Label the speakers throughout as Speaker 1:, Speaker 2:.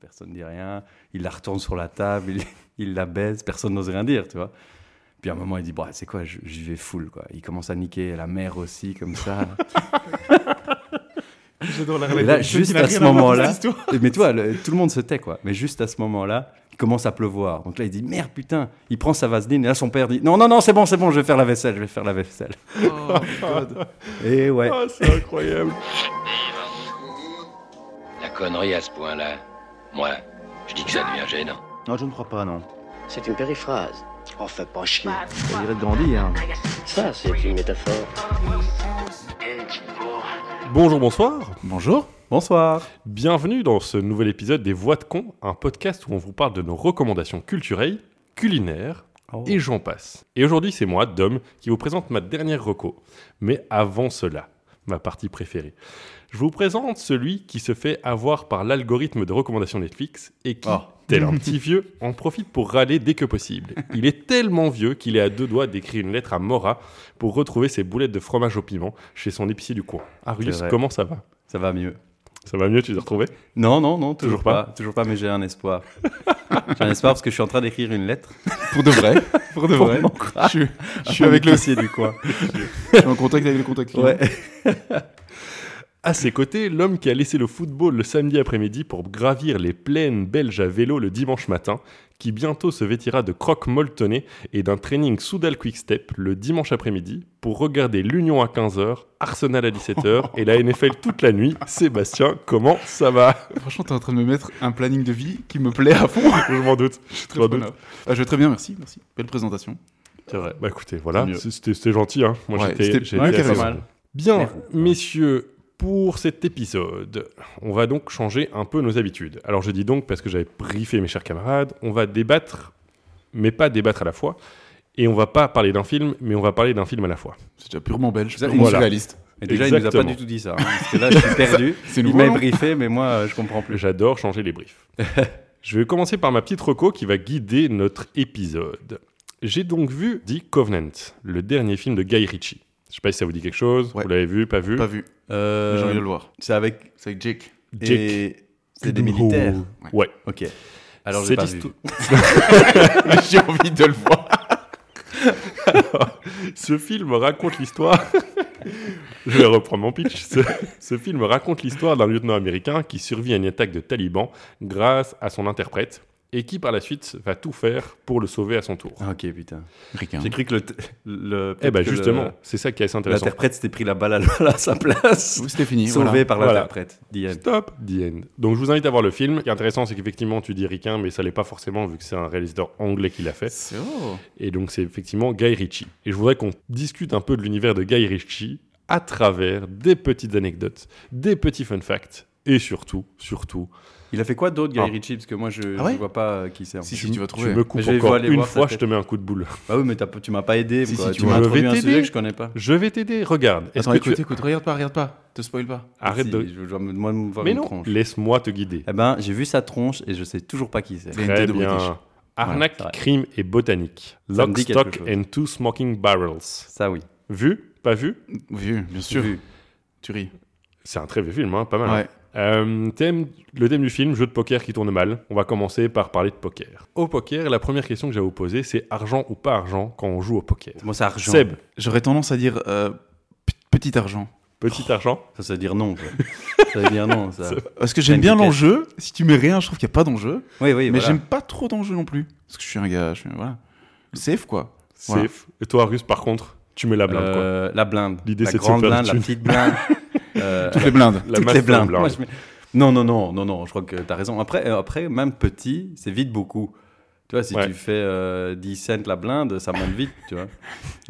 Speaker 1: personne dit rien. Il la retourne sur la table, il, il la baise, personne n'ose rien dire, tu vois. Puis à un moment, il dit bah, C'est quoi, j'y vais full, quoi. Il commence à niquer la mère aussi, comme ça.
Speaker 2: J'adore la
Speaker 1: Et
Speaker 2: relation.
Speaker 1: là,
Speaker 2: qui
Speaker 1: juste
Speaker 2: n'a
Speaker 1: à
Speaker 2: rien
Speaker 1: ce
Speaker 2: voir dans
Speaker 1: moment-là,
Speaker 2: cette histoire.
Speaker 1: mais toi, le- tout le monde se tait, quoi. Mais juste à ce moment-là, il commence à pleuvoir. Donc là, il dit Merde, putain Il prend sa vaseline, et là, son père dit Non, non, non, c'est bon, c'est bon, je vais faire la vaisselle, je vais faire la vaisselle.
Speaker 3: Oh, God.
Speaker 1: Et ouais.
Speaker 2: Ah, c'est incroyable.
Speaker 4: La connerie à ce point-là, moi, je dis que ça devient gênant.
Speaker 5: Non, je ne crois pas, non.
Speaker 6: C'est une périphrase. On fait Oh, pas chier.
Speaker 5: Ça dirait de grandir. hein.
Speaker 6: Ça, c'est une métaphore.
Speaker 3: Bonjour, bonsoir.
Speaker 2: Bonjour.
Speaker 1: Bonsoir
Speaker 3: Bienvenue dans ce nouvel épisode des Voix de Con, un podcast où on vous parle de nos recommandations culturelles, culinaires et j'en passe. Et aujourd'hui, c'est moi, Dom, qui vous présente ma dernière reco. Mais avant cela, ma partie préférée. Je vous présente celui qui se fait avoir par l'algorithme de recommandation Netflix et qui,
Speaker 1: Oh.
Speaker 3: tel un petit vieux, en profite pour râler dès que possible. Il est tellement vieux qu'il est à deux doigts d'écrire une lettre à Mora pour retrouver ses boulettes de fromage au piment chez son épicier du coin. Arius,
Speaker 1: vrai.
Speaker 3: comment ça va
Speaker 1: Ça va mieux.
Speaker 3: Ça va mieux, tu t'es retrouvé
Speaker 1: Non, non, non,
Speaker 3: Toujours
Speaker 1: toujours,
Speaker 3: pas.
Speaker 1: pas. Toujours pas, mais j'ai un espoir. j'ai un espoir parce que je suis en train d'écrire une lettre.
Speaker 2: Pour de vrai. Pour de vrai. Je suis, je suis avec le,
Speaker 1: dossier du coin.
Speaker 2: je suis en contact avec le contact. client.
Speaker 1: Ouais.
Speaker 3: À ses côtés, l'homme qui a laissé le football le samedi après-midi pour gravir les plaines belges à vélo le dimanche matin, qui bientôt se vêtira de croque molletonné et d'un training Soudal Quick Step le dimanche après-midi pour regarder l'Union à 15h, Arsenal à 17h et la NFL toute la nuit. Sébastien, comment ça va
Speaker 2: Franchement, t'es en train de me mettre un planning de vie qui me plaît à fond.
Speaker 3: Je m'en doute.
Speaker 2: Je suis
Speaker 3: Sans
Speaker 2: très preneur. Ah, je vais très bien, merci, merci. Belle présentation.
Speaker 3: C'est vrai. Bah écoutez, voilà,
Speaker 2: Mieux.
Speaker 3: c'est- c'était c'était gentil. Hein. Moi
Speaker 2: Ouais,
Speaker 3: j'étais
Speaker 2: c'était-
Speaker 3: j'étais
Speaker 2: ouais,
Speaker 3: assez
Speaker 2: carrément.
Speaker 3: heureux. Bien,
Speaker 1: Merci.
Speaker 3: messieurs, pour cet épisode, on va donc changer un peu nos habitudes. Alors je dis donc parce que j'avais briefé mes chers camarades, on va débattre, mais pas débattre à la fois. Et on va pas parler d'un film, mais on va parler d'un film à la fois.
Speaker 2: C'est déjà purement belge,
Speaker 1: Voilà.
Speaker 2: purement surréaliste.
Speaker 1: Et déjà, il nous a
Speaker 3: Exactement.
Speaker 1: pas du tout dit ça. hein, parce que là, je suis perdu.
Speaker 2: C'est
Speaker 1: il
Speaker 2: nouveau.
Speaker 1: m'a
Speaker 2: non
Speaker 1: briefé, mais moi, euh, je comprends plus.
Speaker 3: J'adore changer les briefs. Je vais commencer par ma petite reco qui va guider notre épisode. J'ai donc vu The Covenant, le dernier film de Guy Ritchie. Je sais pas si ça vous dit quelque chose.
Speaker 2: Ouais.
Speaker 3: Vous l'avez vu, pas vu
Speaker 2: Pas vu. mais J'ai envie de le voir.
Speaker 1: Euh, c'est avec.
Speaker 2: C'est avec Jake.
Speaker 3: Jake
Speaker 1: et- C'est des militaires.
Speaker 3: Gyllenhaal. Ouais.
Speaker 1: Ok. Alors, j'ai
Speaker 3: C'est
Speaker 1: pas
Speaker 3: l'histo-
Speaker 1: vu.
Speaker 2: J'ai envie de le voir.
Speaker 3: Ce film raconte l'histoire. Je vais reprendre mon pitch. Ce, ce film raconte l'histoire d'un lieutenant américain qui survit à une attaque de talibans grâce à son interprète et qui par la suite va tout faire pour le sauver à son tour.
Speaker 1: Ah, ok, putain.
Speaker 2: Ricain.
Speaker 1: J'ai cru que le. t- le
Speaker 3: Eh ben
Speaker 1: que le-
Speaker 3: justement, c'est ça qui est assez intéressant.
Speaker 1: L'interprète s'était pris la balle à, à sa place.
Speaker 2: Oui, C'était fini.
Speaker 1: Sauvé
Speaker 2: Voilà.
Speaker 1: par
Speaker 3: Voilà.
Speaker 1: l'interprète. Diane.
Speaker 3: Stop, the end. Donc je vous invite à voir le film. Ce qui est intéressant, c'est qu'effectivement, tu dis ricain, mais ça l'est pas forcément vu que c'est un réalisateur anglais qui l'a fait.
Speaker 2: So.
Speaker 3: Et donc, c'est effectivement Guy Ritchie. Et je voudrais qu'on discute un peu de l'univers de Guy Ritchie à travers des petites anecdotes, des petits fun facts et surtout, surtout,
Speaker 1: Il a fait quoi d'autre, Guy
Speaker 3: Ah.
Speaker 1: Ritchie Parce que moi, je,
Speaker 2: Ah ouais
Speaker 1: je vois pas euh, qui c'est. en
Speaker 2: Si,
Speaker 1: fait.
Speaker 2: si, tu vas
Speaker 3: tu
Speaker 2: trouver.
Speaker 3: me coupes
Speaker 1: Je vais
Speaker 3: encore
Speaker 1: aller
Speaker 3: une
Speaker 1: voir
Speaker 3: fois,
Speaker 1: sa
Speaker 3: je te mets un coup de boule.
Speaker 1: Bah oui, mais t'as pas- tu m'as pas aidé.
Speaker 2: Si,
Speaker 1: quoi.
Speaker 2: si, tu
Speaker 1: tu m'as
Speaker 3: veux. Je vais
Speaker 1: introduit un
Speaker 3: t'aider.
Speaker 1: sujet que je connais pas.
Speaker 3: Je vais t'aider, regarde. Est-ce
Speaker 2: Attends,
Speaker 3: que
Speaker 2: écoute,
Speaker 3: tu...
Speaker 2: écoute, regarde pas, regarde pas. Te spoil pas.
Speaker 3: Arrête
Speaker 1: Si,
Speaker 3: de...
Speaker 1: Je, je, moi, me voir
Speaker 3: Mais
Speaker 1: une
Speaker 3: non,
Speaker 1: tronche.
Speaker 3: laisse-moi te guider.
Speaker 1: Eh ben, j'ai vu sa tronche et je sais toujours pas qui c'est.
Speaker 2: Il a une
Speaker 3: Très
Speaker 2: tête de British.
Speaker 3: bien. Arnaque,
Speaker 1: c'est vrai.
Speaker 3: crime et botanique.
Speaker 1: Ça me
Speaker 3: Lock,
Speaker 1: dit quelque
Speaker 3: stock
Speaker 1: chose.
Speaker 3: and two smoking barrels.
Speaker 1: Ça, oui.
Speaker 3: Vu Pas vu
Speaker 2: Vieux, bien sûr.
Speaker 1: Vu.
Speaker 2: Tu ris.
Speaker 3: C'est un très vieux film, hein, pas mal. hein.
Speaker 2: Ouais.
Speaker 3: Euh, thème, le thème du film, jeu de poker qui tourne mal. On va commencer par parler de poker. Au poker, la première question que j'ai à vous poser, c'est argent ou pas argent quand on joue au poker
Speaker 1: Moi, c'est argent.
Speaker 3: Seb,
Speaker 2: J'aurais tendance à dire euh, p- petit argent.
Speaker 3: petit argent
Speaker 1: Ça, ça veut dire non. quoi. ça veut dire non, ça.
Speaker 2: Parce que j'aime
Speaker 1: Ten
Speaker 2: bien
Speaker 1: tickets.
Speaker 2: l'enjeu. Si tu mets rien, je trouve qu'il n'y a pas d'enjeu.
Speaker 1: Oui, oui,
Speaker 2: mais
Speaker 1: voilà.
Speaker 2: j'aime pas trop d'enjeu non plus. Parce que je suis un gars, je suis, voilà. Safe quoi.
Speaker 3: Safe.
Speaker 2: Voilà.
Speaker 3: Et toi, Argus, par contre, tu mets la blinde, quoi.
Speaker 1: Euh, la blinde.
Speaker 3: L'idée,
Speaker 1: La
Speaker 3: c'est de se
Speaker 1: grande
Speaker 3: faire
Speaker 1: blinde,
Speaker 3: du
Speaker 1: la
Speaker 3: thune.
Speaker 1: petite blinde. Euh,
Speaker 2: Toutes les blindes.
Speaker 3: La
Speaker 1: toutes
Speaker 3: masse
Speaker 1: les
Speaker 3: de
Speaker 1: blindes.
Speaker 3: blinde.
Speaker 1: Moi, je mets- Non, non, non, non, non, je crois que tu as raison. Après, euh, après, même petit, c'est vite beaucoup. Tu vois, si
Speaker 3: Ouais.
Speaker 1: tu fais euh, 10 cents la blinde, ça monte vite, tu vois.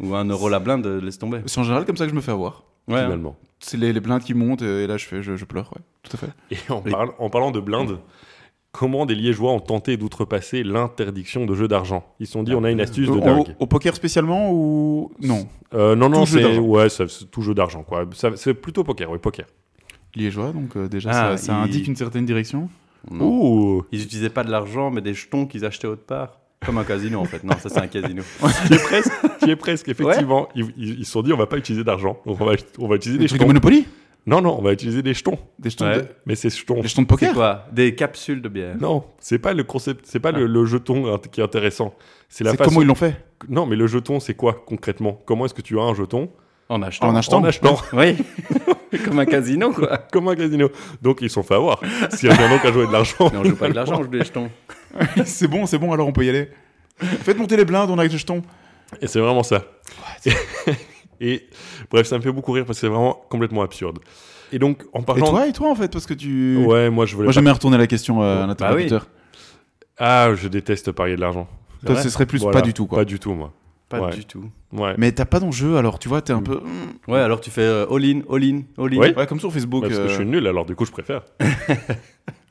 Speaker 1: Ou 1 euro la blinde, euh, laisse tomber.
Speaker 2: C'est en général comme ça que je me fais avoir.
Speaker 1: Ouais, hein.
Speaker 3: finalement.
Speaker 2: C'est les, les blindes qui montent et là je, fais, je, je pleure. Ouais. Tout à fait.
Speaker 3: Et en, parle- en parlant de blinde, comment des liégeois ont tenté d'outrepasser l'interdiction de jeu d'argent Ils se sont dit, on a une
Speaker 1: Euh,
Speaker 3: astuce de
Speaker 2: Au- Euh,
Speaker 1: oh.
Speaker 2: au,
Speaker 3: dingue.
Speaker 2: au poker spécialement ou. Non.
Speaker 3: Euh, non, non,
Speaker 2: Tout jeu
Speaker 3: c'est
Speaker 2: d'argent.
Speaker 3: ouais, ça- c'est tout jeu d'argent, quoi. Ça- C'est plutôt poker, oui, poker.
Speaker 2: Liégeois, donc euh, déjà
Speaker 1: Ah,
Speaker 2: ça, ça
Speaker 1: il-
Speaker 2: indique une certaine direction.
Speaker 1: Non.
Speaker 3: Ouh
Speaker 1: Ils n'utilisaient pas de l'argent, mais des jetons qu'ils achetaient autre part. Comme un casino, en fait. Non, ça, c'est un casino.
Speaker 3: qui est presque, qui est presque effectivement. Ils, ils- ils se sont dit, on va pas utiliser d'argent, donc on va, on va utiliser
Speaker 2: Des
Speaker 3: des
Speaker 2: trucs de
Speaker 3: jetons.
Speaker 2: Monopoly
Speaker 3: Non, non, on va utiliser des jetons.
Speaker 2: Des jetons,
Speaker 1: Ouais.
Speaker 2: de...
Speaker 3: Mais c'est jetons.
Speaker 2: des jetons de
Speaker 1: C'est
Speaker 2: poker
Speaker 1: quoi Des capsules de bière.
Speaker 3: Non, c'est pas le concept, c'est pas le, le jeton int- qui est intéressant. C'est la
Speaker 2: Ah. C'est
Speaker 3: façon.
Speaker 2: comment ils l'ont fait
Speaker 3: Non, mais le jeton, c'est quoi concrètement Comment est-ce que tu as un jeton
Speaker 1: En achetant.
Speaker 2: En achetant.
Speaker 3: En achetant,
Speaker 1: Oui. Comme un casino, quoi.
Speaker 3: comme un casino. Donc ils sont fait avoir. Si y en a donc à jouer de l'argent.
Speaker 1: Mais on joue pas de l'argent, on joue des jetons.
Speaker 2: C'est bon, c'est bon, alors on peut y aller. Faites monter les blindes, on a des jetons.
Speaker 3: Et c'est vraiment ça. et bref, ça me fait beaucoup rire parce que c'est vraiment complètement absurde. Et donc, en
Speaker 2: Et
Speaker 3: parlant.
Speaker 2: toi, et toi en fait, parce que tu.
Speaker 3: ouais, moi je voulais.
Speaker 2: Moi
Speaker 3: pas-
Speaker 2: j'aimais retourner la question euh, à
Speaker 1: Bah oui.
Speaker 2: l'interlocuteur.
Speaker 3: Ah, je déteste parier de l'argent.
Speaker 2: Toi,
Speaker 1: vrai
Speaker 2: ce serait plus
Speaker 3: Voilà.
Speaker 2: pas du tout quoi.
Speaker 3: Pas du tout, moi.
Speaker 1: Pas
Speaker 3: Ouais.
Speaker 1: du tout.
Speaker 3: Ouais. Mm.
Speaker 2: Mais t'as pas d'enjeu alors, tu vois, t'es un peu. mm.
Speaker 1: Ouais, alors tu fais euh, all-in, all-in, all-in.
Speaker 3: Ouais.
Speaker 2: Ouais, comme sur Facebook.
Speaker 3: Ouais, Bah, parce que
Speaker 2: euh,
Speaker 3: je suis nul, alors du coup, je préfère.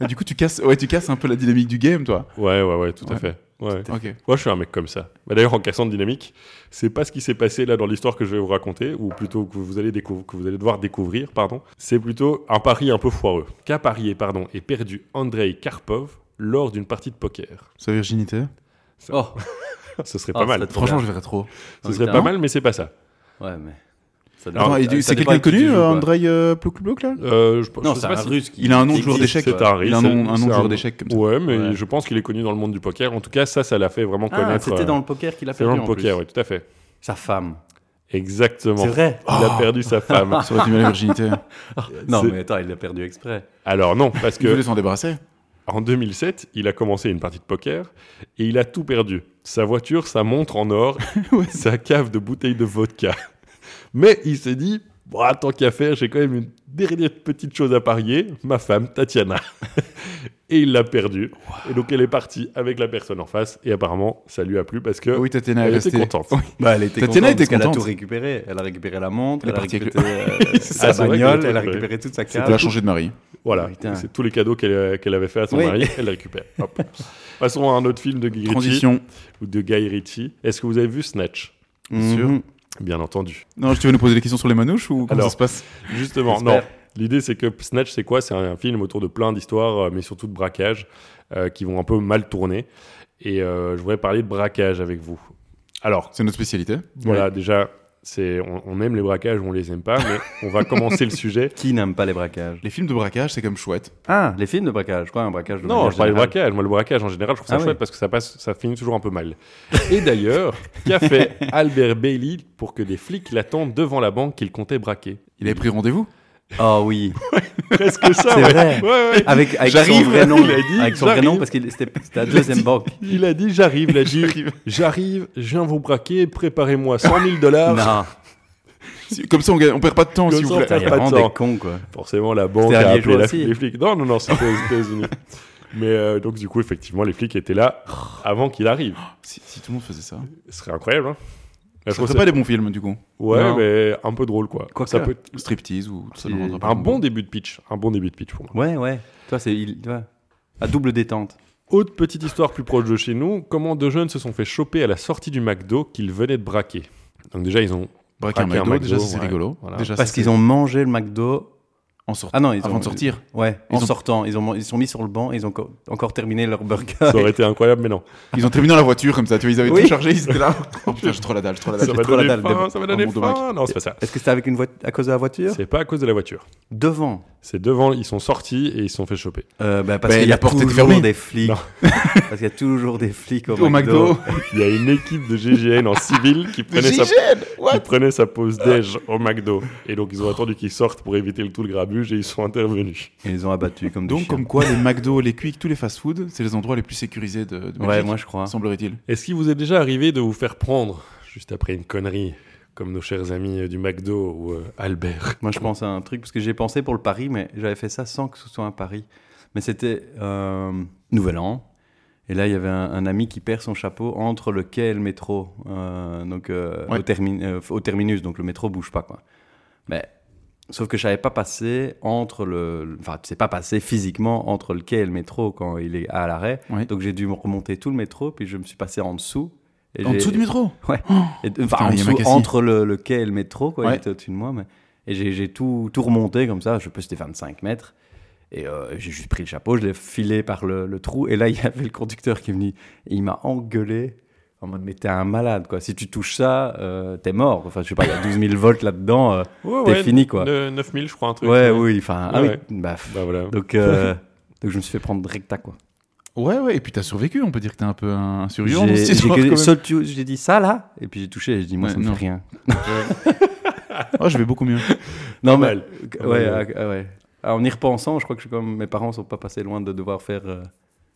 Speaker 2: et du coup, tu casses, ouais, tu casses un peu la dynamique du game, toi.
Speaker 3: Ouais, ouais, ouais, tout à
Speaker 2: Ouais.
Speaker 3: fait. Ouais.
Speaker 2: Ok.
Speaker 3: Moi, je suis un mec comme ça. Bah, D'ailleurs, en cassant de dynamique, c'est pas ce qui s'est passé là dans l'histoire que je vais vous raconter, ou plutôt que vous allez, découv- que vous allez devoir découvrir, pardon. C'est plutôt un pari un peu foireux. Qu'a parié, pardon, et perdu Andrei Karpov lors d'une partie de poker.
Speaker 2: Sa virginité.
Speaker 1: Oh,
Speaker 3: Ce serait
Speaker 1: Ah,
Speaker 3: pas mal.
Speaker 1: ça te-
Speaker 2: Franchement, je verrais trop.
Speaker 3: Ce serait
Speaker 1: putain.
Speaker 3: pas mal, mais c'est pas ça.
Speaker 1: ouais, mais. ça dépend-
Speaker 2: Attends, et du-
Speaker 1: ça
Speaker 2: c'est
Speaker 1: dépend
Speaker 2: quelqu'un de
Speaker 1: avec qui tu
Speaker 2: connu,
Speaker 1: joues,
Speaker 2: euh,
Speaker 1: quoi.
Speaker 2: Andrei euh, Plouklouk, là
Speaker 3: Euh, je, je
Speaker 1: Non,
Speaker 3: sais
Speaker 1: c'est
Speaker 3: pas
Speaker 1: un
Speaker 3: si-
Speaker 1: russe qui.
Speaker 2: Il a un nom de joueur
Speaker 1: existe,
Speaker 2: d'échecs.
Speaker 1: ouais.
Speaker 3: C'est un russe.
Speaker 2: Il a un nom, un
Speaker 3: c'est
Speaker 2: nom de
Speaker 3: un-
Speaker 2: joueur d'échecs comme ça.
Speaker 3: Ouais, mais
Speaker 1: Ouais.
Speaker 3: je pense qu'il est connu dans le monde du poker. En tout cas, ça, ça l'a fait vraiment
Speaker 1: Ah,
Speaker 3: connaître.
Speaker 1: c'était
Speaker 3: euh,
Speaker 1: dans le poker qu'il a
Speaker 3: c'est
Speaker 1: perdu.
Speaker 3: dans le
Speaker 1: en
Speaker 3: poker,
Speaker 1: plus.
Speaker 3: oui, tout à fait.
Speaker 1: Sa femme.
Speaker 3: Exactement.
Speaker 1: C'est vrai.
Speaker 3: Il a perdu sa femme.
Speaker 2: Ça aurait dû la virginité.
Speaker 1: Non,
Speaker 3: C'est-
Speaker 1: mais attends, il l'a perdu exprès.
Speaker 3: Alors non, parce
Speaker 2: Il
Speaker 3: que
Speaker 2: voulait s'en débarrasser.
Speaker 3: En 2007, il a commencé une partie de poker et il a tout perdu. Sa voiture, sa montre en or, sa cave de bouteilles de vodka. Mais il s'est dit, bon, ah, tant qu'à faire, j'ai quand même une dernière petite chose à parier, ma femme Tatiana. et il l'a perdue. Et donc elle est partie avec la personne en face et apparemment ça lui a plu parce que...
Speaker 2: Oui, Tatiana est
Speaker 3: Elle était
Speaker 2: restée.
Speaker 3: contente.
Speaker 1: Bah, elle était
Speaker 2: Tatiana
Speaker 1: contente.
Speaker 2: était
Speaker 1: parce qu'elle a
Speaker 2: contente.
Speaker 1: tout récupéré. Elle a récupéré la montre,
Speaker 2: Elle est
Speaker 1: elle a
Speaker 2: partie avec
Speaker 1: récupéré euh,
Speaker 3: Ah,
Speaker 1: sa
Speaker 3: c'est vrai
Speaker 1: bagnole,
Speaker 3: qu'elle a
Speaker 1: elle a
Speaker 3: tout
Speaker 1: récupéré toute sa
Speaker 2: Elle a
Speaker 1: carte.
Speaker 2: changé de mari.
Speaker 3: Voilà,
Speaker 1: Putain.
Speaker 3: c'est tous les cadeaux qu'elle euh, qu'elle avait fait à son
Speaker 1: Oui.
Speaker 3: mari, elle les récupère. Hop. Passons à un autre film de Guy Ritchie,
Speaker 2: Transition.
Speaker 3: ou de Guy Ritchie. Est-ce que vous avez vu Snatch
Speaker 1: Mhm.
Speaker 2: Sûr.
Speaker 3: Bien entendu.
Speaker 2: Non, tu veux nous poser des questions sur les manouches ou comment
Speaker 3: Alors.
Speaker 2: ça se passe
Speaker 3: Justement,
Speaker 1: J'espère.
Speaker 3: non. L'idée, c'est que Snatch, c'est quoi C'est un, film autour de plein d'histoires, euh, mais surtout de braquages, euh, qui vont un peu mal tourner. Et euh, je voudrais parler de braquage avec vous. Alors,
Speaker 2: C'est notre spécialité.
Speaker 3: voilà, déjà, c'est on, on aime les braquages ou on les aime pas, mais on va commencer le sujet.
Speaker 1: Qui n'aime pas les braquages
Speaker 2: Les films de braquage, c'est comme chouette.
Speaker 1: Ah, les films de braquage, je crois, un braquage de
Speaker 3: Non,
Speaker 1: manière
Speaker 3: je parle de
Speaker 1: générale.
Speaker 3: braquage. Moi, le braquage, en général, je trouve ça
Speaker 1: Ah oui.
Speaker 3: chouette parce que ça, passe, ça finit toujours un peu mal. Et d'ailleurs, qu'a fait Albert Bailey pour que des flics l'attendent devant la banque qu'il comptait braquer
Speaker 2: Il avait pris rendez-vous
Speaker 1: Oh oui.
Speaker 3: Presque
Speaker 1: C'est
Speaker 3: ça, ouais.
Speaker 1: vrai.
Speaker 3: Ouais, ouais.
Speaker 1: Avec, avec son
Speaker 3: J'arrive,
Speaker 1: vrai nom.
Speaker 3: il a dit,
Speaker 1: avec son vrai
Speaker 3: j'arrive.
Speaker 1: nom, parce que c'était c'était la deuxième banque.
Speaker 3: Il a dit j'arrive, il a dit j'arrive, je viens vous braquer, préparez-moi 100 000 dollars.
Speaker 1: Non,
Speaker 2: Si- Comme ça, on gagne- on perd pas de temps,
Speaker 3: Comme
Speaker 2: s'il vous
Speaker 3: ça, on
Speaker 2: plaît.
Speaker 1: putain, il y a
Speaker 3: Pas de
Speaker 1: vraiment
Speaker 3: sang.
Speaker 1: des cons, quoi.
Speaker 3: Forcément, la banque
Speaker 1: C'était à
Speaker 3: a
Speaker 1: Liégeois
Speaker 3: appelé la-
Speaker 1: aussi.
Speaker 3: les flics. Non, non, non, c'était aux États-Unis. Mais euh, donc, du coup, effectivement, les flics étaient là avant qu'il arrive.
Speaker 2: Si, si tout le monde faisait ça.
Speaker 3: Ce serait incroyable, hein Là,
Speaker 2: Ce serait
Speaker 3: trouve
Speaker 2: pas des bons films, du coup.
Speaker 3: Ouais,
Speaker 1: Non.
Speaker 3: mais un peu drôle, quoi.
Speaker 1: Quoique.
Speaker 3: ça peut être-
Speaker 2: Striptease ou ça ne
Speaker 1: C'est-
Speaker 2: rendra pas
Speaker 3: Un
Speaker 2: compte.
Speaker 3: bon début de pitch. Un bon début de pitch pour moi.
Speaker 1: Ouais, ouais. Toi, c'est. il- Toi, à double détente.
Speaker 3: Autre petite histoire plus proche de chez nous comment deux jeunes se sont fait choper à la sortie du McDo qu'ils venaient de braquer. Donc, déjà, ils ont.
Speaker 2: Braquer un
Speaker 3: Braquer un
Speaker 2: McDo, déjà,
Speaker 3: McDo,
Speaker 2: ça, c'est
Speaker 3: ouais.
Speaker 2: rigolo.
Speaker 3: Voilà.
Speaker 2: Déjà,
Speaker 1: Parce
Speaker 2: ça,
Speaker 1: qu'ils
Speaker 2: c'est-
Speaker 1: ont mangé le McDo.
Speaker 2: en sortant.
Speaker 1: Ah non, ils ont-
Speaker 2: Avant de sortir.
Speaker 1: Ouais,
Speaker 2: Ils
Speaker 1: en
Speaker 2: ont-
Speaker 1: sortant. Ils, ont, man- ils se sont mis sur le banc et ils ont co- encore terminé leur burger.
Speaker 3: Ça aurait été incroyable, mais non.
Speaker 2: Ils ont terminé dans la voiture comme ça, tu vois, ils avaient
Speaker 1: Oui.
Speaker 2: tout chargé, ils étaient là. Oh putain, j'ai trop la dalle, j'ai trop la
Speaker 3: Ça
Speaker 2: dalle.
Speaker 3: m'a
Speaker 1: trop la
Speaker 3: donné
Speaker 1: dalle,
Speaker 3: faim,
Speaker 1: d'abord.
Speaker 3: ça m'a
Speaker 2: Oh,
Speaker 3: donné
Speaker 2: mon dommage.
Speaker 3: faim. Non, c'est pas ça.
Speaker 1: Est-ce que c'était avec une voit- à cause de la voiture
Speaker 3: C'est pas à cause de la voiture.
Speaker 1: Devant.
Speaker 3: C'est devant, ils sont sortis et ils se sont fait choper.
Speaker 1: Euh, bah, parce
Speaker 2: Ben,
Speaker 1: qu'il y
Speaker 2: la
Speaker 1: a
Speaker 2: porte était
Speaker 1: toujours
Speaker 2: fermée.
Speaker 1: des flics.
Speaker 3: Non.
Speaker 1: parce qu'il y a toujours des flics au,
Speaker 2: Au McDo.
Speaker 3: Il y a une équipe de GGN en civil qui prenait, sa,
Speaker 2: GIGN
Speaker 3: qui
Speaker 2: What
Speaker 3: prenait sa pause déj au McDo. Et donc ils ont attendu qu'ils sortent pour éviter le tout le grabuge et ils sont intervenus.
Speaker 1: Et ils ont abattu comme des
Speaker 2: Donc,
Speaker 1: chiens.
Speaker 2: comme quoi, les McDo, les Quick, tous les fast-food, c'est les endroits les plus sécurisés de, de Belgique.
Speaker 1: Ouais, moi je crois.
Speaker 2: semblerait-il.
Speaker 3: Est-ce qu'il vous est déjà arrivé de vous faire prendre juste après une connerie comme nos chers amis euh, du McDo ou euh, Albert
Speaker 1: Moi, je pense à un truc, parce que j'ai pensé pour le pari, mais j'avais fait ça sans que ce soit un pari. Mais c'était euh, Nouvel An. Et là, il y avait un, un ami qui perd son chapeau entre le quai et le métro. Euh, donc, euh,
Speaker 2: Ouais.
Speaker 1: au, termi- euh, au terminus, donc le métro bouge pas, quoi. Mais, sauf que je savais pas passer entre le. le- Enfin, tu sais pas passer physiquement entre le quai et le métro quand il est à l'arrêt.
Speaker 2: Ouais.
Speaker 1: Donc, j'ai dû me remonter tout le métro, puis je me suis passé en dessous. Et
Speaker 2: En
Speaker 1: j'ai-
Speaker 2: dessous du métro
Speaker 1: et- Enfin,
Speaker 2: Putain,
Speaker 1: en
Speaker 2: il y a
Speaker 1: dessous,
Speaker 2: Macassi.
Speaker 1: entre le, le quai et le métro, quoi,
Speaker 2: Ouais.
Speaker 1: il était au-dessus de moi. Mais... Et j'ai- j'ai tout, tout remonté comme ça, je peux, c'était 25 mètres. Et euh, j'ai juste pris le chapeau, je l'ai filé par le, le trou. Et là, il y avait le conducteur qui est venu. Et il m'a engueulé En mode, mais t'es un malade, quoi. Si tu touches ça, euh, t'es mort. Enfin, je sais pas, il y a 12 000 volts là-dedans. euh,
Speaker 3: Ouais,
Speaker 1: T'es fini, quoi.
Speaker 3: 9000, je crois, un truc.
Speaker 1: ouais, oui, enfin, ah oui,
Speaker 3: Ouais.
Speaker 1: bah, pff.
Speaker 3: Bah voilà.
Speaker 1: donc, euh, donc je me suis fait prendre recta, quoi.
Speaker 2: Ouais, ouais, et puis t'as survécu, on peut dire que t'es un peu un survivant. dans
Speaker 1: J'ai
Speaker 2: cette
Speaker 1: j'ai
Speaker 2: histoire,
Speaker 1: que-
Speaker 2: quand même.
Speaker 1: seul tu- j'ai dit ça, là, et puis j'ai touché, et je dis, moi,
Speaker 2: Ouais,
Speaker 1: ça me
Speaker 2: non.
Speaker 1: fait rien.
Speaker 2: Oh, je vais beaucoup mieux.
Speaker 1: Non, mais,
Speaker 3: mal.
Speaker 1: euh, ouais,
Speaker 3: Pas mal.
Speaker 1: ah, ah, ouais. Ah, en y repensant, je crois que je suis comme mes parents sont pas passés loin de devoir faire euh,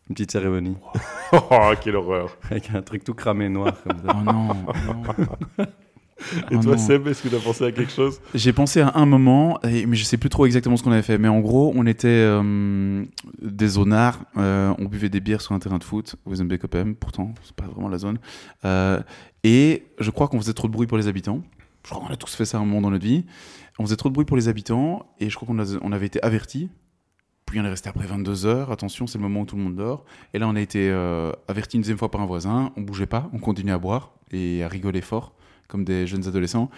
Speaker 1: une petite cérémonie
Speaker 3: Oh, quelle horreur.
Speaker 1: avec un truc tout cramé noir comme ça.
Speaker 2: Oh non. non.
Speaker 3: Et
Speaker 2: Oh
Speaker 3: toi,
Speaker 2: non.
Speaker 3: Seb, est-ce que t'as pensé à quelque chose
Speaker 2: J'ai pensé à un moment, et- mais je sais plus trop exactement ce qu'on avait fait. Mais en gros, on était euh, des zonards. euh, on buvait des bières sur un terrain de foot, Wezenbeek OPM, pourtant, c'est pas vraiment la zone. Euh, et je crois qu'on faisait trop de bruit pour les habitants. Je crois qu'on a tous fait ça à un moment dans notre vie. On faisait trop de bruit pour les habitants, et je crois qu'on a- on avait été avertis. Puis on est resté après 22 heures. Attention, c'est le moment où tout le monde dort. Et là, on a été euh, avertis une deuxième fois par un voisin. On bougeait pas, on continuait à boire et à rigoler fort, comme des jeunes adolescents.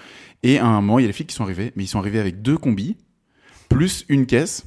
Speaker 2: Et à un moment, il y a les flics qui sont arrivés, mais ils sont arrivés avec deux combis, plus une caisse.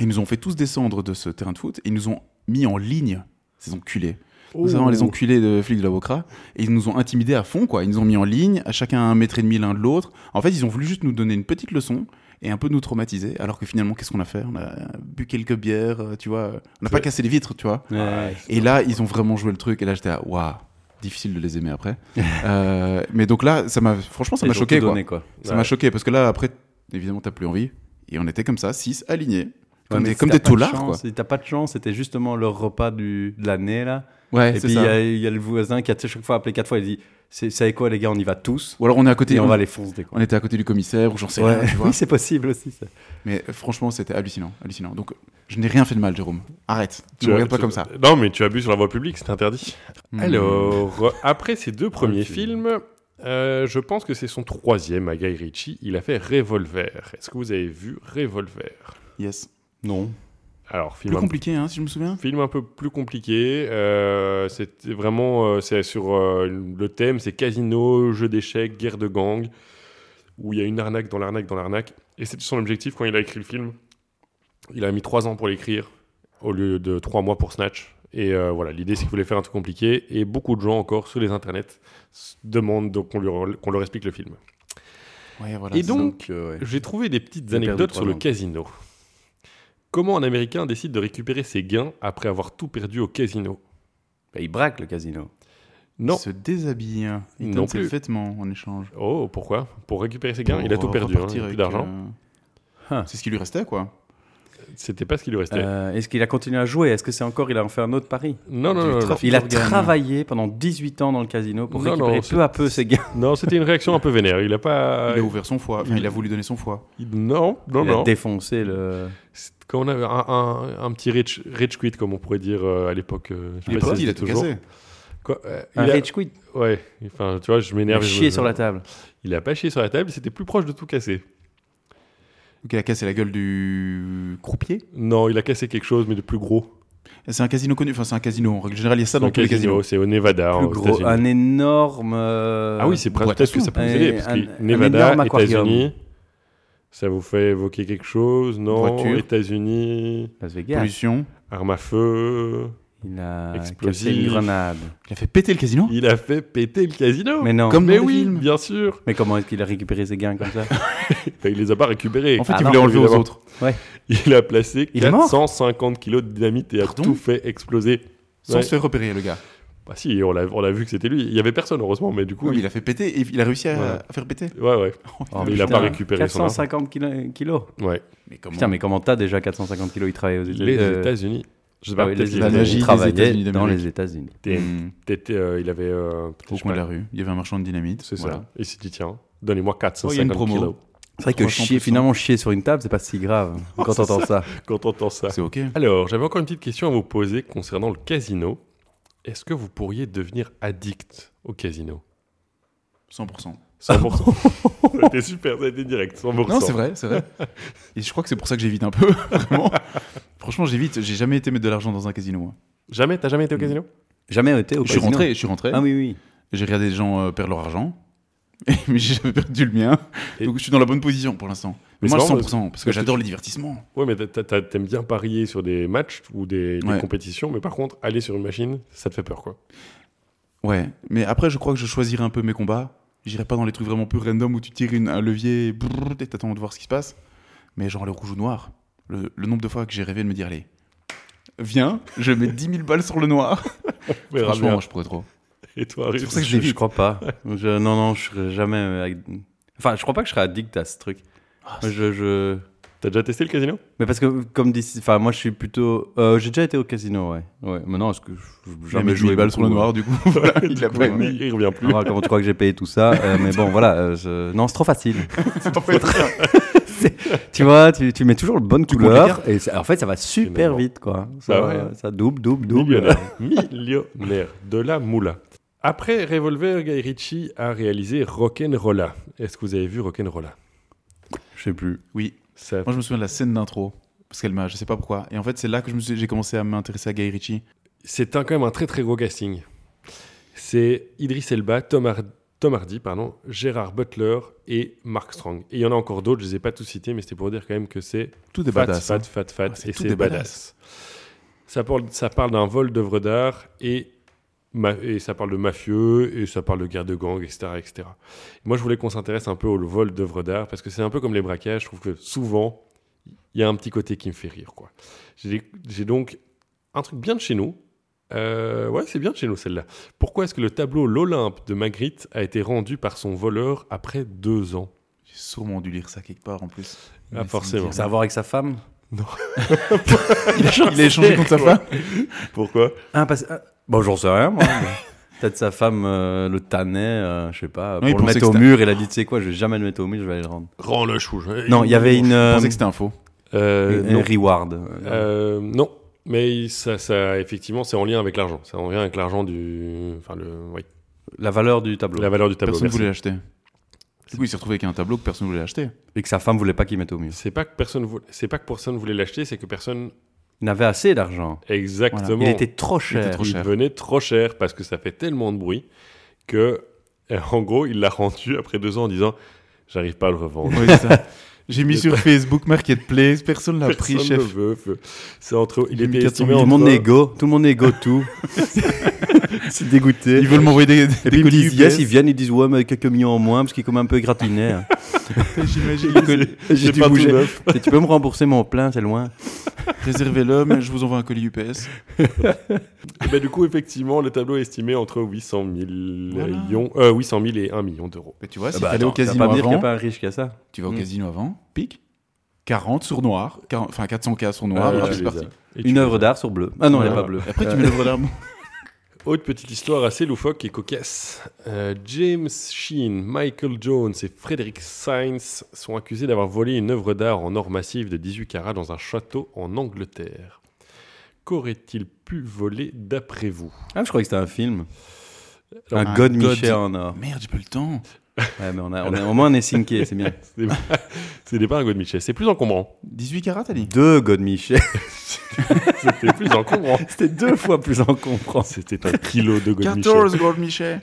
Speaker 2: Ils nous ont fait tous descendre de ce terrain de foot et ils nous ont mis en ligne, ces enculés. Nous avons Ah
Speaker 3: Oh.
Speaker 2: les enculés de flics de la Bocra. Et ils nous ont intimidés à fond, quoi. Ils nous ont mis en ligne, à chacun un mètre et demi l'un de l'autre. En fait, ils ont voulu juste nous donner une petite leçon et un peu nous traumatiser. Alors que finalement, qu'est-ce qu'on a fait On a bu quelques bières, euh, tu vois. euh, On n'a pas cassé les vitres, tu vois.
Speaker 1: Ouais.
Speaker 2: Et là, ils ont vraiment joué le truc. Et là, j'étais à waouh, difficile de les aimer après. Euh, mais donc là, ça m'a franchement, ça
Speaker 1: Ils
Speaker 2: m'a
Speaker 1: ont
Speaker 2: choqué,
Speaker 1: tout
Speaker 2: quoi.
Speaker 1: donné, quoi.
Speaker 2: Ça
Speaker 3: Ouais.
Speaker 2: m'a choqué parce que là, après, évidemment, t'as plus envie. Et on était comme ça, 6 alignés. Comme
Speaker 1: Ouais, mais
Speaker 2: des,
Speaker 1: si
Speaker 2: comme
Speaker 1: t'as
Speaker 2: des
Speaker 1: pas de
Speaker 2: taulards, quoi.
Speaker 1: chance- Si t'as pas de chance, c'était justement leur repas du, de l'année, là.
Speaker 2: Ouais,
Speaker 1: Et
Speaker 2: c'est
Speaker 1: puis il y,
Speaker 2: ça.
Speaker 1: a- il y a le voisin qui a tu sais, chaque fois appelé quatre fois, il dit C'est c'est quoi les gars, on y va tous
Speaker 2: Ou alors on est à côté,
Speaker 1: et on
Speaker 2: on,
Speaker 1: va les foncer. Quoi.
Speaker 2: on était à côté du commissaire ou j'en sais
Speaker 1: Ouais.
Speaker 2: rien, tu vois.
Speaker 1: oui, c'est possible aussi. ça.
Speaker 2: Mais euh, franchement, c'était hallucinant, hallucinant. Donc, je n'ai rien fait de mal, Jérôme. Arrête, tu
Speaker 3: Tu
Speaker 2: me
Speaker 3: as-
Speaker 2: regardes pas
Speaker 3: tu-
Speaker 2: comme ça.
Speaker 3: Non, mais tu abuses sur la voie publique, c'est interdit.
Speaker 2: Hmm.
Speaker 3: Alors, après ces deux premiers
Speaker 1: tu-
Speaker 3: films, euh, je pense que c'est son troisième à Guy Ritchie. Il a fait Revolver. Est-ce que vous avez vu Revolver
Speaker 2: Mm. yes.
Speaker 1: Non.
Speaker 3: Alors, film
Speaker 2: Plus
Speaker 3: un,
Speaker 2: compliqué, hein, si je me souviens.
Speaker 3: film un peu plus compliqué. euh, C'était vraiment euh, c'est sur euh, le thème, c'est casino, jeu d'échecs, guerre de gang, où il y a une arnaque dans l'arnaque dans l'arnaque. Et c'était son objectif quand il a écrit le film. Il a mis trois ans pour l'écrire au lieu de trois mois pour Snatch. Et euh, voilà, l'idée c'est qu'il voulait faire un truc compliqué. Et beaucoup de gens encore sur les internets s- demandent donc qu'on leur, qu'on leur explique le film.
Speaker 2: Ouais, voilà.
Speaker 3: Et
Speaker 2: c'est
Speaker 3: donc,
Speaker 1: euh, ouais.
Speaker 3: j'ai trouvé des petites
Speaker 1: J'ai perdu
Speaker 3: anecdotes
Speaker 1: trois
Speaker 3: sur le
Speaker 1: langues.
Speaker 3: casino. Comment un Américain décide de récupérer ses gains après avoir tout perdu au casino
Speaker 1: Bah, il braque le casino.
Speaker 2: ça.
Speaker 3: Non.
Speaker 2: Il se déshabille. Il
Speaker 3: Non
Speaker 2: donne ses
Speaker 3: plus.
Speaker 2: vêtements en échange.
Speaker 3: Oh, pourquoi Pour récupérer ses gains, il a
Speaker 2: Pour euh,
Speaker 3: tout perdu. hein,
Speaker 2: repartir
Speaker 3: il a plus
Speaker 2: avec,
Speaker 3: d'argent.
Speaker 2: euh, C'est ce qui lui restait, quoi.
Speaker 3: C'était pas ce qui lui restait.
Speaker 1: Euh, Est-ce qu'il a continué à jouer Est-ce que c'est encore, il a en fait un autre pari
Speaker 3: non, non,
Speaker 2: du
Speaker 3: non, non, non.
Speaker 2: trafic.
Speaker 1: Il a
Speaker 2: Organe.
Speaker 1: travaillé pendant 18 ans dans le casino pour
Speaker 3: Non,
Speaker 1: récupérer
Speaker 3: non, c'est-
Speaker 1: peu à peu ses gains.
Speaker 3: Non, c'était une réaction un peu vénère. Il a pas.
Speaker 2: il a ouvert son foie. Enfin,
Speaker 3: il-
Speaker 2: il a voulu donner son foie.
Speaker 3: il- Non, non,
Speaker 1: il a
Speaker 3: non.
Speaker 1: défoncé le.
Speaker 3: C'est Quand on avait un, un- un petit rich, rich quit, comme on pourrait dire euh, à l'époque. euh, je sais
Speaker 2: Il est
Speaker 3: pas si
Speaker 2: parti, il a
Speaker 3: existe
Speaker 2: tout
Speaker 3: toujours.
Speaker 2: cassé.
Speaker 3: Quoi, euh,
Speaker 1: Un
Speaker 3: il a-
Speaker 1: rage quit.
Speaker 3: Ouais, enfin, tu vois, je
Speaker 1: Il a
Speaker 3: m'énerve. je-
Speaker 1: chié
Speaker 3: je-
Speaker 1: sur la table.
Speaker 3: Il a pas chié sur la table, c'était plus proche de tout casser.
Speaker 2: Donc, il a cassé la gueule du croupier.
Speaker 3: Non, il a cassé quelque chose, mais de plus gros.
Speaker 2: C'est un casino connu. Enfin, c'est un casino. En règle générale, il y a ça
Speaker 3: C'est
Speaker 2: dans
Speaker 3: un
Speaker 2: tous les
Speaker 3: casino,
Speaker 2: casinos.
Speaker 3: c'est au Nevada.
Speaker 1: Plus
Speaker 3: aux
Speaker 1: gros,
Speaker 3: États-Unis.
Speaker 1: un énorme. euh,
Speaker 3: Ah oui, c'est presque
Speaker 2: boîte à
Speaker 3: peut-être que
Speaker 2: sous.
Speaker 3: ça peut vous
Speaker 1: Et
Speaker 3: aider, parce
Speaker 1: un-
Speaker 3: que
Speaker 1: un
Speaker 3: Nevada,
Speaker 1: énorme aquarium.
Speaker 3: États-Unis, ça vous fait évoquer quelque chose, non
Speaker 2: Voiture.
Speaker 3: États-Unis,
Speaker 1: Las Vegas.
Speaker 2: Pollution.
Speaker 3: arme à feu.
Speaker 1: Il a
Speaker 3: Explosif.
Speaker 1: cassé une grenade.
Speaker 2: Il a fait péter le casino.
Speaker 3: Il a fait péter le casino.
Speaker 1: Mais non.
Speaker 2: Comme
Speaker 3: Mais
Speaker 2: dans les
Speaker 3: oui,
Speaker 2: films.
Speaker 3: bien sûr.
Speaker 1: Mais comment est-ce qu'il a récupéré ses gains comme ça
Speaker 3: Enfin, il les a pas récupérés.
Speaker 2: En fait,
Speaker 1: Ah
Speaker 2: il
Speaker 1: non,
Speaker 2: voulait enlever aux
Speaker 3: évidemment.
Speaker 2: autres.
Speaker 3: il a placé
Speaker 1: Il est mort
Speaker 3: 450 kilos de dynamite et a
Speaker 2: Pardon
Speaker 3: tout fait exploser.
Speaker 2: Sans
Speaker 3: Ouais.
Speaker 2: se faire repérer, le gars.
Speaker 3: Bah si, on l'a on l'a vu que c'était lui. Il y avait personne, heureusement, mais du coup,
Speaker 2: Oui, mais il a fait péter et il a réussi à,
Speaker 3: Voilà.
Speaker 2: à faire péter.
Speaker 3: il- ouais, ouais.
Speaker 1: Oh,
Speaker 3: Mais il a
Speaker 1: putain,
Speaker 3: pas récupéré son arme.
Speaker 1: 450 kilo- kilos.
Speaker 3: ouais.
Speaker 2: Mais comment
Speaker 1: Putain, mais comment t'as déjà 450 kilos Il travaillait aux
Speaker 3: Les
Speaker 1: États-Unis. Euh,
Speaker 3: États-Unis. Je sais
Speaker 1: ah
Speaker 3: pas,
Speaker 1: oui,
Speaker 3: peut-être
Speaker 1: les
Speaker 3: qu'il
Speaker 2: la
Speaker 3: était-
Speaker 1: États-Unis.
Speaker 2: magie
Speaker 1: Il
Speaker 2: des
Speaker 1: travaillait
Speaker 2: États-Unis
Speaker 1: dans
Speaker 2: d'Amérique.
Speaker 1: les États-Unis.
Speaker 3: t'es-
Speaker 2: Hmm.
Speaker 3: t'étais, euh, il avait. euh, je
Speaker 2: Au
Speaker 3: sais
Speaker 2: coin de
Speaker 3: pas.
Speaker 2: la rue, il y avait un marchand de dynamite.
Speaker 3: C'est
Speaker 2: voilà.
Speaker 3: ça. Et s'est dit, tiens, donnez-moi 450
Speaker 2: Oh, il y a une promo.
Speaker 3: kilos.
Speaker 1: C'est vrai que
Speaker 2: 300%.
Speaker 1: chier, finalement, chier sur une table, c'est pas si grave quand
Speaker 3: c'est
Speaker 1: t'entends ça.
Speaker 3: Quand on entend ça.
Speaker 2: C'est ok.
Speaker 3: Alors, j'avais encore une petite question à vous poser concernant le casino. Est-ce que vous pourriez devenir addict au casino
Speaker 2: 100%.
Speaker 3: 100%. C'était super, ça a été direct, 100%.
Speaker 2: Non, c'est vrai, c'est vrai. Et je crois que c'est pour ça que j'évite un peu, vraiment. Franchement, j'évite. J'ai jamais été mettre de l'argent dans un casino. moi.
Speaker 3: Jamais T'as jamais été au casino
Speaker 2: Mm.
Speaker 1: Jamais été au
Speaker 2: Je suis
Speaker 1: casino.
Speaker 2: rentré, je suis rentré.
Speaker 1: Ah oui, oui.
Speaker 2: J'ai regardé des gens euh, perdre leur argent. Mais j'ai jamais perdu le mien.
Speaker 3: Et-
Speaker 2: Donc je suis dans la bonne position pour l'instant.
Speaker 3: Mais
Speaker 2: Moi,
Speaker 3: c'est marrant,
Speaker 2: 100%, parce que j'adore les divertissements.
Speaker 3: Ouais, mais t'a- t'a- t'aimes bien parier sur des matchs ou des, des
Speaker 2: Ouais.
Speaker 3: compétitions, mais par contre, aller sur une machine, ça te fait peur, quoi.
Speaker 2: Ouais, mais après, je crois que je choisirai un peu mes combats. J'irai pas dans les trucs vraiment plus random où tu tires une- un levier et brrr, et t'attends de voir ce qui se passe. Mais genre le rouge ou noir, le, le nombre de fois que j'ai rêvé de me dire, allez, viens, je mets 10 000 balles sur le noir.
Speaker 3: Ouais,
Speaker 2: Franchement,
Speaker 3: Ravier,
Speaker 2: moi, je pourrais trop.
Speaker 3: Et toi,
Speaker 2: C'est pour
Speaker 3: Riff
Speaker 2: ça que
Speaker 1: Je,
Speaker 2: je
Speaker 1: je
Speaker 2: l'évite.
Speaker 1: crois pas. Je- non, non, je serais jamais. ag- Enfin, je crois pas que je serais addict à ce truc. Moi, je, je-
Speaker 3: T'as déjà testé le casino
Speaker 1: Mais parce que, comme d'ici. Enfin, moi, je suis plutôt. euh, j'ai déjà été au casino, ouais. ouais. Maintenant, est-ce que je- je-
Speaker 2: Jamais
Speaker 1: jamais joué
Speaker 2: balle sur le
Speaker 1: beaucoup,
Speaker 2: noir, du coup. Voilà, il l'a pas aimé.
Speaker 3: Il revient
Speaker 1: hein.
Speaker 3: plus.
Speaker 1: Alors, comment tu crois que j'ai payé tout ça Euh, Mais bon, voilà. euh, je- Non, c'est trop facile. tu vois, tu, tu mets toujours le bonne
Speaker 2: Tu prends les
Speaker 1: couleur. Et c'est- en fait, ça va super
Speaker 3: Finalement.
Speaker 1: vite, quoi. Ça,
Speaker 3: Bah ouais, hein.
Speaker 1: ça double, double, double.
Speaker 3: Millionnaire. Millionnaire de la moula. Après Revolver, Guy Ritchie a réalisé Rock'n'Rolla. Est-ce que vous avez vu Rock'n'Rolla
Speaker 1: Je sais plus.
Speaker 2: Oui,
Speaker 3: Ça-
Speaker 2: moi je me souviens de la scène d'intro. Parce qu'elle m'a, je sais pas pourquoi. Et en fait, c'est là que je me suis- j'ai commencé à m'intéresser à Guy Ritchie.
Speaker 3: C'est un- quand même un très très gros casting. C'est Idris Elba, Tom, Har- Tom Hardy, pardon, Gérard Butler et Mark Strong. Et il y en a encore d'autres, je ne les ai pas tous cités, mais c'était pour dire quand même que c'est
Speaker 2: Tout des
Speaker 3: fat,
Speaker 2: badass,
Speaker 3: fat,
Speaker 2: hein.
Speaker 3: fat, fat,
Speaker 2: Ouais, c'est
Speaker 3: et
Speaker 2: tout
Speaker 3: c'est
Speaker 2: des
Speaker 3: badass. Ça parle, ça parle d'un vol d'œuvres d'art et, ma- et ça parle de mafieux et ça parle de guerre de gang, etc. etc. Moi, je voulais qu'on s'intéresse un peu au vol d'œuvres d'art parce que c'est un peu comme les braquages. Je trouve que souvent, il y a un petit côté qui me fait rire. quoi. J'ai j'ai donc un truc bien de chez nous. Euh, ouais, c'est bien de chez nous celle-là. Pourquoi est-ce que le tableau L'Olympe de Magritte a été rendu par son voleur après deux ans
Speaker 2: J'ai sûrement dû lire ça quelque part en plus.
Speaker 3: Ah,
Speaker 2: Mais ça
Speaker 3: forcément.
Speaker 2: me dit
Speaker 1: Ça a
Speaker 2: rien.
Speaker 1: à voir avec sa femme
Speaker 2: Il a échangé contre sa femme.
Speaker 3: Pourquoi
Speaker 1: Ah, parce... ah, Bon, j'en sais rien, moi. mais Peut-être sa femme euh, le tannait, euh, je sais pas,
Speaker 2: il
Speaker 1: pour le
Speaker 2: pensait
Speaker 1: mettre
Speaker 2: que
Speaker 1: au
Speaker 2: c'était-
Speaker 1: mur. Il a dit, tu sais quoi, je vais jamais le mettre au mur, je vais aller le rendre.
Speaker 3: Rends le chou. je-
Speaker 1: Non, il y avait une,
Speaker 2: Je
Speaker 1: euh,
Speaker 2: pensais que c'était un faux.
Speaker 3: Euh,
Speaker 1: une-
Speaker 3: non.
Speaker 1: un reward.
Speaker 3: Euh, non, mais ça, ça effectivement, c'est en lien avec l'argent. C'est en lien avec l'argent du, enfin le, oui,
Speaker 1: La valeur du tableau.
Speaker 3: la valeur du tableau.
Speaker 2: Personne ne
Speaker 3: merci.
Speaker 2: voulait l'acheter. Du coup, il s'est retrouvé avec un tableau que personne ne voulait acheter.
Speaker 1: Et que sa femme voulait pas qu'il mette au mur.
Speaker 3: C'est pas que personne voulait, c'est pas que personne voulait l'acheter, c'est que personne
Speaker 1: Il n'avait assez d'argent.
Speaker 3: exactement.
Speaker 1: Il était trop
Speaker 2: Il
Speaker 1: cher.
Speaker 2: était trop
Speaker 3: il
Speaker 2: cher.
Speaker 3: venait trop cher parce que ça fait tellement de bruit que, euh, en gros, il l'a rendu après deux ans en disant, j'arrive pas à le revendre.
Speaker 2: Ouais, c'est ça. J'ai mis sur Facebook Marketplace, personne l'a pris,
Speaker 3: Personne ne
Speaker 2: chef.
Speaker 3: veut, veut. C'est entre, il
Speaker 2: J'ai mis
Speaker 3: était
Speaker 2: 400
Speaker 3: estimé
Speaker 2: 000.
Speaker 1: Tout
Speaker 3: entre.
Speaker 1: le monde négo, tout le monde négo tout. C'est dégoûté.
Speaker 2: Ils veulent m'envoyer des,
Speaker 1: Et
Speaker 2: des
Speaker 1: puis ils me
Speaker 2: colis
Speaker 1: disent yes,
Speaker 2: UPS.
Speaker 1: ils viennent, ils disent ouais, mais quelques millions en moins parce qu'il est comme un peu gratiné. hein.
Speaker 2: J'imagine.
Speaker 1: J'ai
Speaker 3: C'est
Speaker 1: dû
Speaker 3: pas tout
Speaker 1: bouger.
Speaker 3: neuf.
Speaker 1: Tu sais, Tu peux me rembourser mon plein, c'est loin.
Speaker 2: Réservez-le, mais je vous envoie un colis UPS.
Speaker 3: Eh ben, du coup, effectivement, le tableau est estimé entre 800 millions,
Speaker 2: Voilà.
Speaker 3: euh, 800 000 et 1 million d'euros.
Speaker 2: Mais tu vois, si
Speaker 1: Ah bah,
Speaker 2: t'allais au
Speaker 1: attends, ça veut
Speaker 2: casino
Speaker 1: pas dire qu'il n'y
Speaker 2: avant,
Speaker 1: a pas un riche qui a ça.
Speaker 2: tu vas au
Speaker 3: Mm.
Speaker 2: casino avant, pique, 40 sur noir, 40 enfin 400K sur noir,
Speaker 3: Euh,
Speaker 2: et puis
Speaker 3: tu
Speaker 2: c'est
Speaker 3: les
Speaker 2: parti.
Speaker 3: as. Et tu
Speaker 1: Une
Speaker 3: les
Speaker 1: œuvre
Speaker 3: as.
Speaker 1: d'art sur bleu. Ah non, il n'y a
Speaker 3: Voilà.
Speaker 1: pas bleu.
Speaker 2: Et après, tu mets l'œuvre d'armes.
Speaker 3: Autre petite histoire assez loufoque et cocasse. Euh, James Sheen, Michael Jones et Frederick Sainz sont accusés d'avoir volé une œuvre d'art en or massif de 18 carats dans un château en Angleterre. Qu'aurait-il pu voler d'après vous
Speaker 1: Ah, je croyais que c'était un film.
Speaker 3: Alors,
Speaker 1: un God,
Speaker 2: God-
Speaker 1: Michel en or.
Speaker 2: Merde, j'ai pas le temps.
Speaker 1: Ouais, mais on a, on a- au moins on est syncé, c'est bien.
Speaker 3: C'est pas- C'était pas un God Michel, c'est plus encombrant.
Speaker 2: 18 carats, t'as dit
Speaker 1: Deux God Michel.
Speaker 3: C'était plus encombrant.
Speaker 1: C'était deux fois plus encombrant.
Speaker 3: C'était un kilo de God Michel.
Speaker 2: 14 Gold Michel.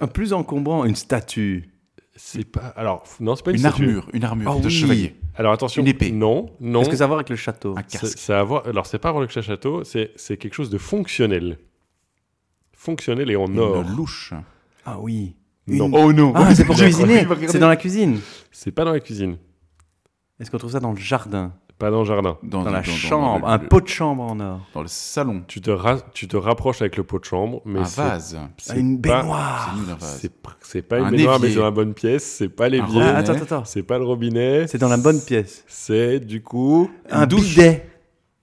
Speaker 1: Un plus encombrant, une statue.
Speaker 3: C'est pas. Alors, non, c'est pas une,
Speaker 2: Une
Speaker 3: statue.
Speaker 2: armure, une armure
Speaker 1: Oh
Speaker 2: de
Speaker 1: oui.
Speaker 2: chevalier.
Speaker 3: Alors attention.
Speaker 2: Une épée.
Speaker 3: Non, non.
Speaker 1: Est-ce que ça a à voir avec le château
Speaker 2: Un
Speaker 3: C'est-
Speaker 2: casque.
Speaker 3: c'est à voir- Alors, c'est pas avoir le château, c'est c'est quelque chose de fonctionnel. Fonctionnel et en
Speaker 2: Une
Speaker 3: or.
Speaker 2: louche.
Speaker 1: Ah oui.
Speaker 3: Non.
Speaker 2: Oh non
Speaker 1: Ah, c'est pour
Speaker 2: J'ai
Speaker 1: cuisiner.
Speaker 2: cru, regardez.
Speaker 1: C'est dans la cuisine.
Speaker 3: C'est pas dans la cuisine,
Speaker 1: Est-ce qu'on trouve ça dans le jardin
Speaker 3: pas dans le jardin.
Speaker 2: Dans,
Speaker 1: Dans la
Speaker 2: dans- dans-
Speaker 1: chambre
Speaker 2: dans le-
Speaker 1: Un pot de chambre en or.
Speaker 2: Dans le salon.
Speaker 3: Tu te, ra- tu te rapproches avec le pot de chambre, mais
Speaker 2: un
Speaker 1: Ah,
Speaker 3: c'est-
Speaker 2: vase. Ah,
Speaker 3: c'est
Speaker 1: Une
Speaker 3: pas-
Speaker 1: baignoire. Ah,
Speaker 2: C'est nul, un vase.
Speaker 3: C'est pr- c'est pas une
Speaker 2: Un
Speaker 3: baignoire,
Speaker 2: évier.
Speaker 3: mais c'est dans la bonne pièce. C'est pas l'évier.
Speaker 1: Ah,
Speaker 2: robinet.
Speaker 1: attends, attends, attends.
Speaker 3: C'est pas le robinet.
Speaker 1: C'est dans la bonne pièce.
Speaker 3: C'est du coup
Speaker 1: Un
Speaker 2: douche.
Speaker 1: bidet.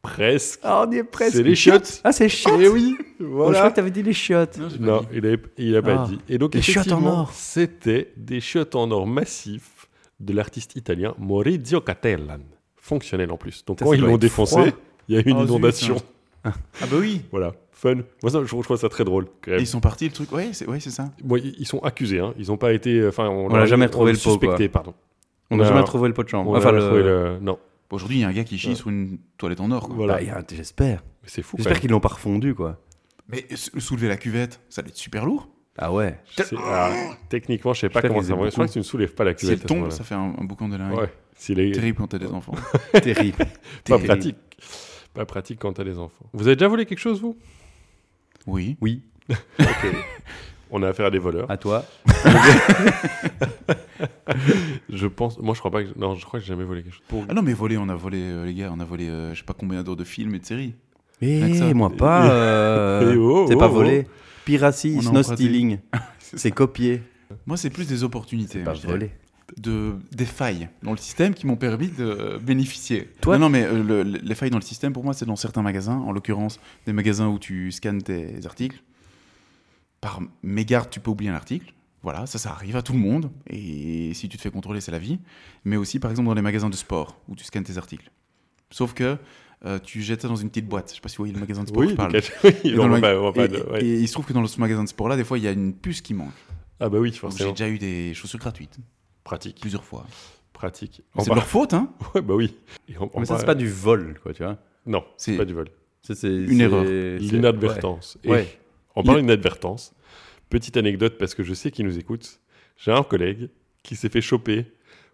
Speaker 3: presque.
Speaker 1: Ah, on y est presque.
Speaker 3: C'est les chiottes.
Speaker 1: Ah, c'est les chiottes.
Speaker 3: Eh oui.
Speaker 1: Oh, je crois
Speaker 3: Voilà.
Speaker 1: que t'avais dit les chiottes.
Speaker 3: Non, il n'a il a pas
Speaker 1: Ah.
Speaker 3: dit. Et donc,
Speaker 1: Des chiottes en
Speaker 3: effectivement,
Speaker 1: or.
Speaker 3: C'était des chiottes en or massifs de l'artiste italien Maurizio Cattelan, fonctionnel en plus. Donc,
Speaker 1: Ça,
Speaker 3: quand
Speaker 1: ça
Speaker 3: ils
Speaker 1: doit
Speaker 3: l'ont
Speaker 1: être froid. Oh,
Speaker 3: défoncé, il y a eu une
Speaker 2: Ah, zut,
Speaker 3: inondation.
Speaker 2: hein. Ah bah oui.
Speaker 3: Voilà, fun. Moi, ça, je, je trouve ça très drôle. quand
Speaker 2: Et
Speaker 3: même.
Speaker 2: ils sont partis, le truc. Ouais, c'est ouais, c'est ça.
Speaker 3: Bon, ils ils sont accusés. hein. Ils n'ont pas été. Enfin, on,
Speaker 1: l'a
Speaker 3: leur-
Speaker 1: jamais
Speaker 3: on
Speaker 1: retrouvé
Speaker 3: les
Speaker 1: le pot, quoi.
Speaker 3: suspectait, pardon.
Speaker 1: On n'a
Speaker 3: a-
Speaker 1: jamais trouvé le pot de
Speaker 3: on
Speaker 1: chambre.
Speaker 3: a
Speaker 1: Enfin,
Speaker 3: retrouvé
Speaker 1: le. Bah,
Speaker 3: le- Non,
Speaker 2: Aujourd'hui, il y a un gars qui chie
Speaker 3: Ouais.
Speaker 2: sur une toilette en or. quoi.
Speaker 3: voilà.
Speaker 1: Bah, il y a un- J'espère.
Speaker 3: Mais C'est fou. quand
Speaker 1: J'espère
Speaker 3: même.
Speaker 1: qu'ils l'ont pas refondu, quoi.
Speaker 2: Mais sou- soulever la cuvette, ça doit être super lourd.
Speaker 1: Ah ouais.
Speaker 3: C'est- ah, techniquement, je sais pas
Speaker 1: J'espère
Speaker 3: comment
Speaker 1: qu'ils
Speaker 3: ça
Speaker 1: aient
Speaker 3: marche. Je crois que tu ne soulèves pas la
Speaker 2: Si elle
Speaker 3: cuvette. à ce
Speaker 2: tombe,
Speaker 3: moment-là.
Speaker 2: ça fait un, un boucan de lingue.
Speaker 3: Ouais. S'il est
Speaker 2: Terrible quand t'as des enfants.
Speaker 1: Terrible.
Speaker 3: pas
Speaker 1: Terrible.
Speaker 3: pratique. Pas pratique quand t'as des enfants. Vous avez déjà volé quelque chose, vous
Speaker 2: Oui.
Speaker 1: Oui.
Speaker 3: On a affaire à des voleurs.
Speaker 1: À toi.
Speaker 3: Je pense. Moi, je crois pas que. Non, je crois que j'ai jamais volé quelque chose. Pour-
Speaker 2: Ah non, mais voler, on a volé, euh, les gars, on a volé, euh, je sais pas combien d'heures de films et de séries. Avec ça.
Speaker 1: Et moi pas. euh,
Speaker 3: Eh oh,
Speaker 1: c'est
Speaker 3: oh,
Speaker 1: pas
Speaker 3: oh.
Speaker 1: volé. Piracy,
Speaker 2: On a
Speaker 1: is no
Speaker 2: emprunté.
Speaker 1: stealing. c'est copié.
Speaker 2: Moi, c'est plus des opportunités.
Speaker 1: Pas
Speaker 2: hein, je dirais.
Speaker 1: volé.
Speaker 2: de, des failles dans le système qui m'ont permis de euh, bénéficier.
Speaker 1: Toi-
Speaker 2: non, non, mais euh, le- le- les failles dans le système, pour moi, c'est dans certains magasins, en l'occurrence des magasins où tu scannes tes articles. Par mégarde, tu peux oublier un article. Voilà, ça, ça arrive à tout le monde. Et si tu te fais contrôler, c'est la vie. Mais aussi, par exemple, dans les magasins de sport où tu scannes tes articles. Sauf que euh, tu jettes ça dans une petite boîte. Je sais pas si vous voyez le magasin de sport. que
Speaker 3: Oui,
Speaker 2: je parle.
Speaker 3: quelque- oui,
Speaker 2: Et
Speaker 3: on
Speaker 2: dans le
Speaker 3: va
Speaker 2: mag-
Speaker 3: pas- on va pas
Speaker 2: et-
Speaker 3: de- ouais.
Speaker 2: et- et il se trouve que dans ce magasin de sport-là, des fois, il y a une puce qui manque.
Speaker 3: Ah bah oui,
Speaker 2: Donc, J'ai
Speaker 3: forcément.
Speaker 2: déjà eu des chaussures gratuites,
Speaker 3: Pratique,
Speaker 2: plusieurs fois.
Speaker 3: pratique. On
Speaker 2: C'est de
Speaker 3: va-
Speaker 2: leur faute, hein
Speaker 3: Ouais, bah oui. Et on- on
Speaker 1: Mais ça,
Speaker 3: va-
Speaker 1: c'est pas du vol, quoi, tu vois.
Speaker 3: Non, c'est
Speaker 2: C'est-
Speaker 3: pas du vol.
Speaker 1: Ça, c'est-
Speaker 2: Une
Speaker 1: c'est-
Speaker 2: erreur.
Speaker 1: c'est-
Speaker 3: L'inadvertance. Et
Speaker 1: Ouais.
Speaker 3: En parlant d'inadvertance, petite anecdote parce que je sais qu'il nous écoute. J'ai un collègue qui s'est fait choper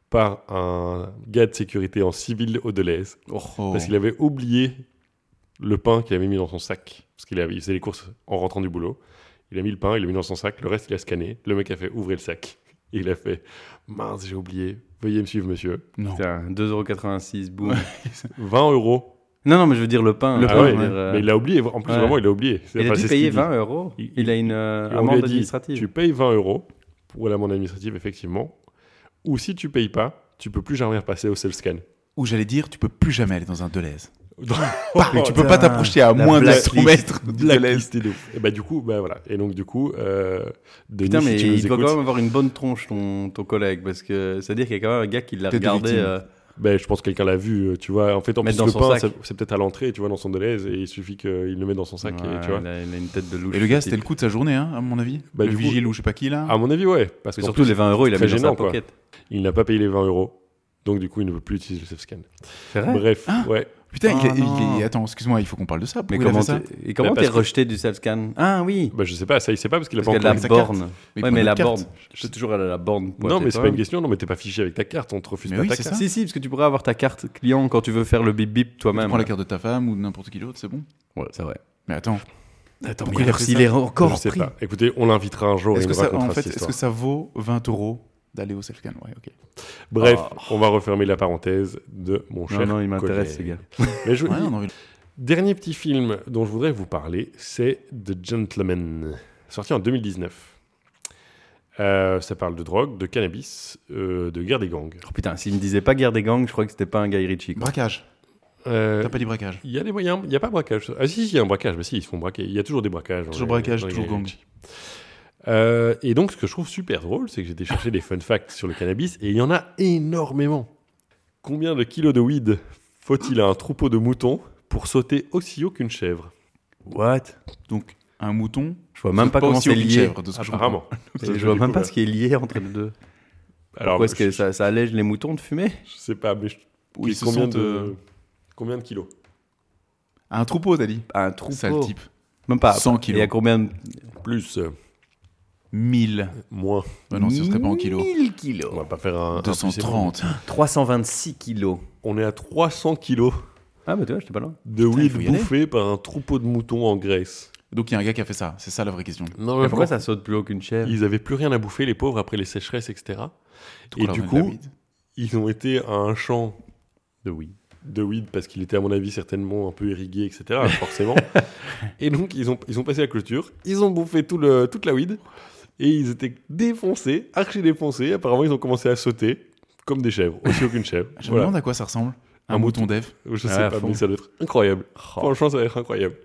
Speaker 3: par un gars de sécurité en civil au Deleuze
Speaker 2: Oh.
Speaker 3: parce qu'il avait oublié le pain qu'il avait mis dans son sac. Parce qu'il avait- il faisait les courses en rentrant du boulot. Il a mis le pain, il l'a mis dans son sac, le reste il a scanné. Le mec a fait ouvrir le sac. Et il a fait Mince, j'ai oublié, veuillez me suivre, monsieur.
Speaker 2: Non.
Speaker 1: Tiens, 2,86€, boum.
Speaker 3: 20 euros.
Speaker 1: non, non, mais je veux dire le pain.
Speaker 2: Le
Speaker 1: je
Speaker 3: Ah
Speaker 1: veux
Speaker 2: pain,
Speaker 3: ouais,
Speaker 1: dire,
Speaker 3: mais,
Speaker 1: euh,
Speaker 3: mais il l'a oublié. En plus,
Speaker 1: ouais.
Speaker 3: vraiment, il l'a oublié.
Speaker 1: il a
Speaker 3: Enfin,
Speaker 1: dû
Speaker 3: c'est ce
Speaker 1: payer
Speaker 3: qu'il dit.
Speaker 1: 20 euros.
Speaker 3: Il-
Speaker 1: Il a une euh,
Speaker 3: Et on lui a
Speaker 1: amende
Speaker 3: dit,
Speaker 1: administrative.
Speaker 3: Tu payes 20 euros pour l'amende administrative, effectivement. Ou si tu payes pas, tu peux plus jamais repasser au self-scan.
Speaker 2: Ou j'allais dire, tu peux plus jamais aller dans un Deleuze.
Speaker 1: Oh,
Speaker 2: Mais tu peux
Speaker 1: putain,
Speaker 2: pas t'approcher à
Speaker 1: la
Speaker 2: moins de
Speaker 1: blacklist.
Speaker 2: 100 mètres du Deleuze.
Speaker 3: Et bah du coup, bah voilà. Et donc du coup, euh, Denis,
Speaker 1: Putain,
Speaker 3: si
Speaker 1: mais
Speaker 3: tu nous
Speaker 1: il doit
Speaker 3: écoutes,
Speaker 1: quand même avoir une bonne tronche, ton, ton collègue, parce que c'est-à-dire qu'il y a quand même un gars qui l'a
Speaker 2: T'es de
Speaker 1: regardé.
Speaker 2: victime.
Speaker 1: euh,
Speaker 3: bah, je pense que quelqu'un l'a vu. euh, Tu vois, en fait, en
Speaker 1: Mettre
Speaker 3: plus
Speaker 1: dans
Speaker 3: le
Speaker 1: son
Speaker 3: pain,
Speaker 1: sac.
Speaker 3: c'est- c'est peut-être à l'entrée, tu vois, dans son Deleuze, et il suffit qu'il le mette dans son sac.
Speaker 1: ouais,
Speaker 3: et, tu vois.
Speaker 1: il, a, il a une tête de louche.
Speaker 2: Et le gars,
Speaker 1: ce
Speaker 2: c'était le
Speaker 1: type.
Speaker 2: coup de sa journée, hein, à mon avis.
Speaker 3: Bah,
Speaker 2: le
Speaker 3: du coup-
Speaker 2: vigile ou je sais pas qui, là.
Speaker 3: À mon avis, ouais. Parce
Speaker 1: Mais
Speaker 3: qu'en
Speaker 1: surtout,
Speaker 3: plus,
Speaker 1: les 20 euros, il a
Speaker 3: très
Speaker 1: mis dans
Speaker 3: gênant,
Speaker 1: sa
Speaker 3: quoi.
Speaker 1: pocket.
Speaker 3: il n'a pas payé les 20 euros. Donc du coup, il ne peut plus utiliser le self-scan.
Speaker 1: C'est vrai.
Speaker 3: Bref,
Speaker 2: Ah.
Speaker 3: ouais.
Speaker 2: Putain, il,
Speaker 1: Ah,
Speaker 2: est- il est-
Speaker 1: non.
Speaker 2: attends, excuse-moi, il faut qu'on parle de ça.
Speaker 1: Mais
Speaker 2: Pourquoi il a
Speaker 1: comment
Speaker 2: fait ça
Speaker 1: t'es- et comment
Speaker 3: Bah,
Speaker 1: t'es
Speaker 3: parce que-
Speaker 1: rejeté du self-scan Ah oui
Speaker 3: Bah, je sais pas, ça il sait pas parce qu'il a
Speaker 1: Parce
Speaker 3: pas
Speaker 1: qu'elle a
Speaker 3: encore.
Speaker 1: la
Speaker 2: sa carte.
Speaker 1: borne.
Speaker 2: Mais il
Speaker 1: Ouais,
Speaker 2: prend
Speaker 1: mais la
Speaker 2: notre carte.
Speaker 1: borne. Je suis toujours à la- la borne.
Speaker 3: Non,
Speaker 1: pointée
Speaker 3: mais c'est
Speaker 1: quand
Speaker 3: pas
Speaker 1: même.
Speaker 3: une question. Non, mais t'es pas fiché avec ta carte. On te refuse
Speaker 2: Mais
Speaker 3: pas
Speaker 2: oui,
Speaker 3: ta
Speaker 2: c'est
Speaker 3: carte.
Speaker 2: ça.
Speaker 1: Si, si, parce que tu pourrais avoir ta carte client quand tu veux faire le bip bip
Speaker 2: Tu
Speaker 1: toi-même.
Speaker 2: prends la carte de ta femme ou de n'importe qui d'autre, c'est bon.
Speaker 1: Ouais, c'est vrai.
Speaker 2: Mais attends,
Speaker 1: Attends,
Speaker 2: Pourquoi il a pris ça
Speaker 1: encore
Speaker 3: je sais pas. Écoutez, on l'invitera un jour et il
Speaker 2: est-ce que,
Speaker 3: nous
Speaker 2: ça,
Speaker 3: racontera
Speaker 2: en fait,
Speaker 3: cette
Speaker 2: est-ce
Speaker 3: histoire.
Speaker 2: que ça vaut 20 euros d'aller au self-can Ouais, ok.
Speaker 3: Bref,
Speaker 2: Ah.
Speaker 3: on va refermer la parenthèse de mon cher
Speaker 1: Non, non, il m'intéresse, ce
Speaker 3: collègue.
Speaker 1: gars.
Speaker 3: Mais je-
Speaker 2: Ouais, on a envie de-
Speaker 3: Dernier petit film dont je voudrais vous parler, c'est The Gentleman, sorti en 2019. Euh, ça parle de drogue, de cannabis, euh, de guerre des gangs.
Speaker 1: Oh putain, s'il me disait pas guerre des gangs, je crois que c'était pas un Guy Ritchie. quoi.
Speaker 2: Braquage.
Speaker 3: Euh,
Speaker 2: T'as pas dit braquage.
Speaker 3: Il y a des moyens, il n'y a pas braquage. Ah si, si, il y a un braquage, mais si, ils se font braquer. Il y a toujours des braquages. dans
Speaker 2: Toujours
Speaker 3: les-
Speaker 2: braquage,
Speaker 3: dans les
Speaker 2: toujours gang.
Speaker 3: Guerrieri. Euh, et donc, ce que je trouve super drôle, c'est que j'étais chercher des fun facts sur le cannabis et il y en a énormément. Combien de kilos de weed faut-il à un troupeau de moutons pour sauter aussi haut qu'une chèvre
Speaker 1: What
Speaker 2: Donc, un mouton.
Speaker 1: Je vois même pas,
Speaker 2: pas
Speaker 1: comment c'est
Speaker 2: aussi haut qu'une
Speaker 1: lié.
Speaker 2: chèvre, de ce que je
Speaker 3: Apparemment.
Speaker 1: Et Je vois même pas ce qui est lié entre les deux.
Speaker 3: Alors,
Speaker 1: Pourquoi est-ce
Speaker 3: je,
Speaker 1: que ça, ça allège les moutons de fumer
Speaker 3: je sais pas, mais je-
Speaker 2: Où ils se
Speaker 3: combien,
Speaker 2: sentent,
Speaker 3: de...
Speaker 2: euh,
Speaker 3: combien de kilos
Speaker 2: Un troupeau, t'as dit.
Speaker 3: Ah,
Speaker 1: Un trou
Speaker 2: Sale type.
Speaker 1: Même pas.
Speaker 2: 100
Speaker 1: Il y a
Speaker 2: kilos.
Speaker 1: combien de...
Speaker 3: Plus, euh,
Speaker 2: 1000.
Speaker 3: moins.
Speaker 1: Ah
Speaker 2: Ouais, Ah non, ce serait pas en kilos.
Speaker 1: 1000
Speaker 3: On
Speaker 1: kilos.
Speaker 3: va pas faire un. un Ah, plus, c'est bon.
Speaker 2: 230.
Speaker 1: 326 kilos.
Speaker 3: On est à 300 kilos
Speaker 1: Ah bah tu vois, j'étais pas loin.
Speaker 3: de
Speaker 2: Putain, il
Speaker 3: weed
Speaker 2: faut y aller.
Speaker 3: bouffé par un troupeau de moutons en Grèce.
Speaker 2: Donc, il y a un gars qui a fait ça. C'est ça la vraie question.
Speaker 3: Non,
Speaker 1: Mais
Speaker 3: mais
Speaker 1: pourquoi
Speaker 3: bon,
Speaker 1: ça saute plus haut qu'une chèvre
Speaker 3: Ils avaient plus rien à bouffer, les pauvres, après les sécheresses, etc.
Speaker 2: Tout
Speaker 3: Et
Speaker 2: qu'on
Speaker 3: du
Speaker 2: a
Speaker 3: coup-
Speaker 2: de la weed.
Speaker 3: Ils ont été à un champ
Speaker 1: De oui.
Speaker 3: de weed parce qu'il était, à mon avis, certainement un peu irrigué, etc. Forcément. et donc, ils ont, ils ont passé la clôture, ils ont bouffé tout le, toute la weed et ils étaient défoncés, archi défoncés. Apparemment, ils ont commencé à sauter comme des chèvres, aussi aucune chèvre.
Speaker 2: Je me
Speaker 3: voilà.
Speaker 2: demande à quoi ça ressemble. Un,
Speaker 3: Un
Speaker 2: mouton d'Ève.
Speaker 3: Je
Speaker 1: Ah,
Speaker 3: sais
Speaker 1: à
Speaker 3: pas,
Speaker 1: fond. Oh.
Speaker 3: mais ça doit être incroyable. Franchement, ça va être incroyable.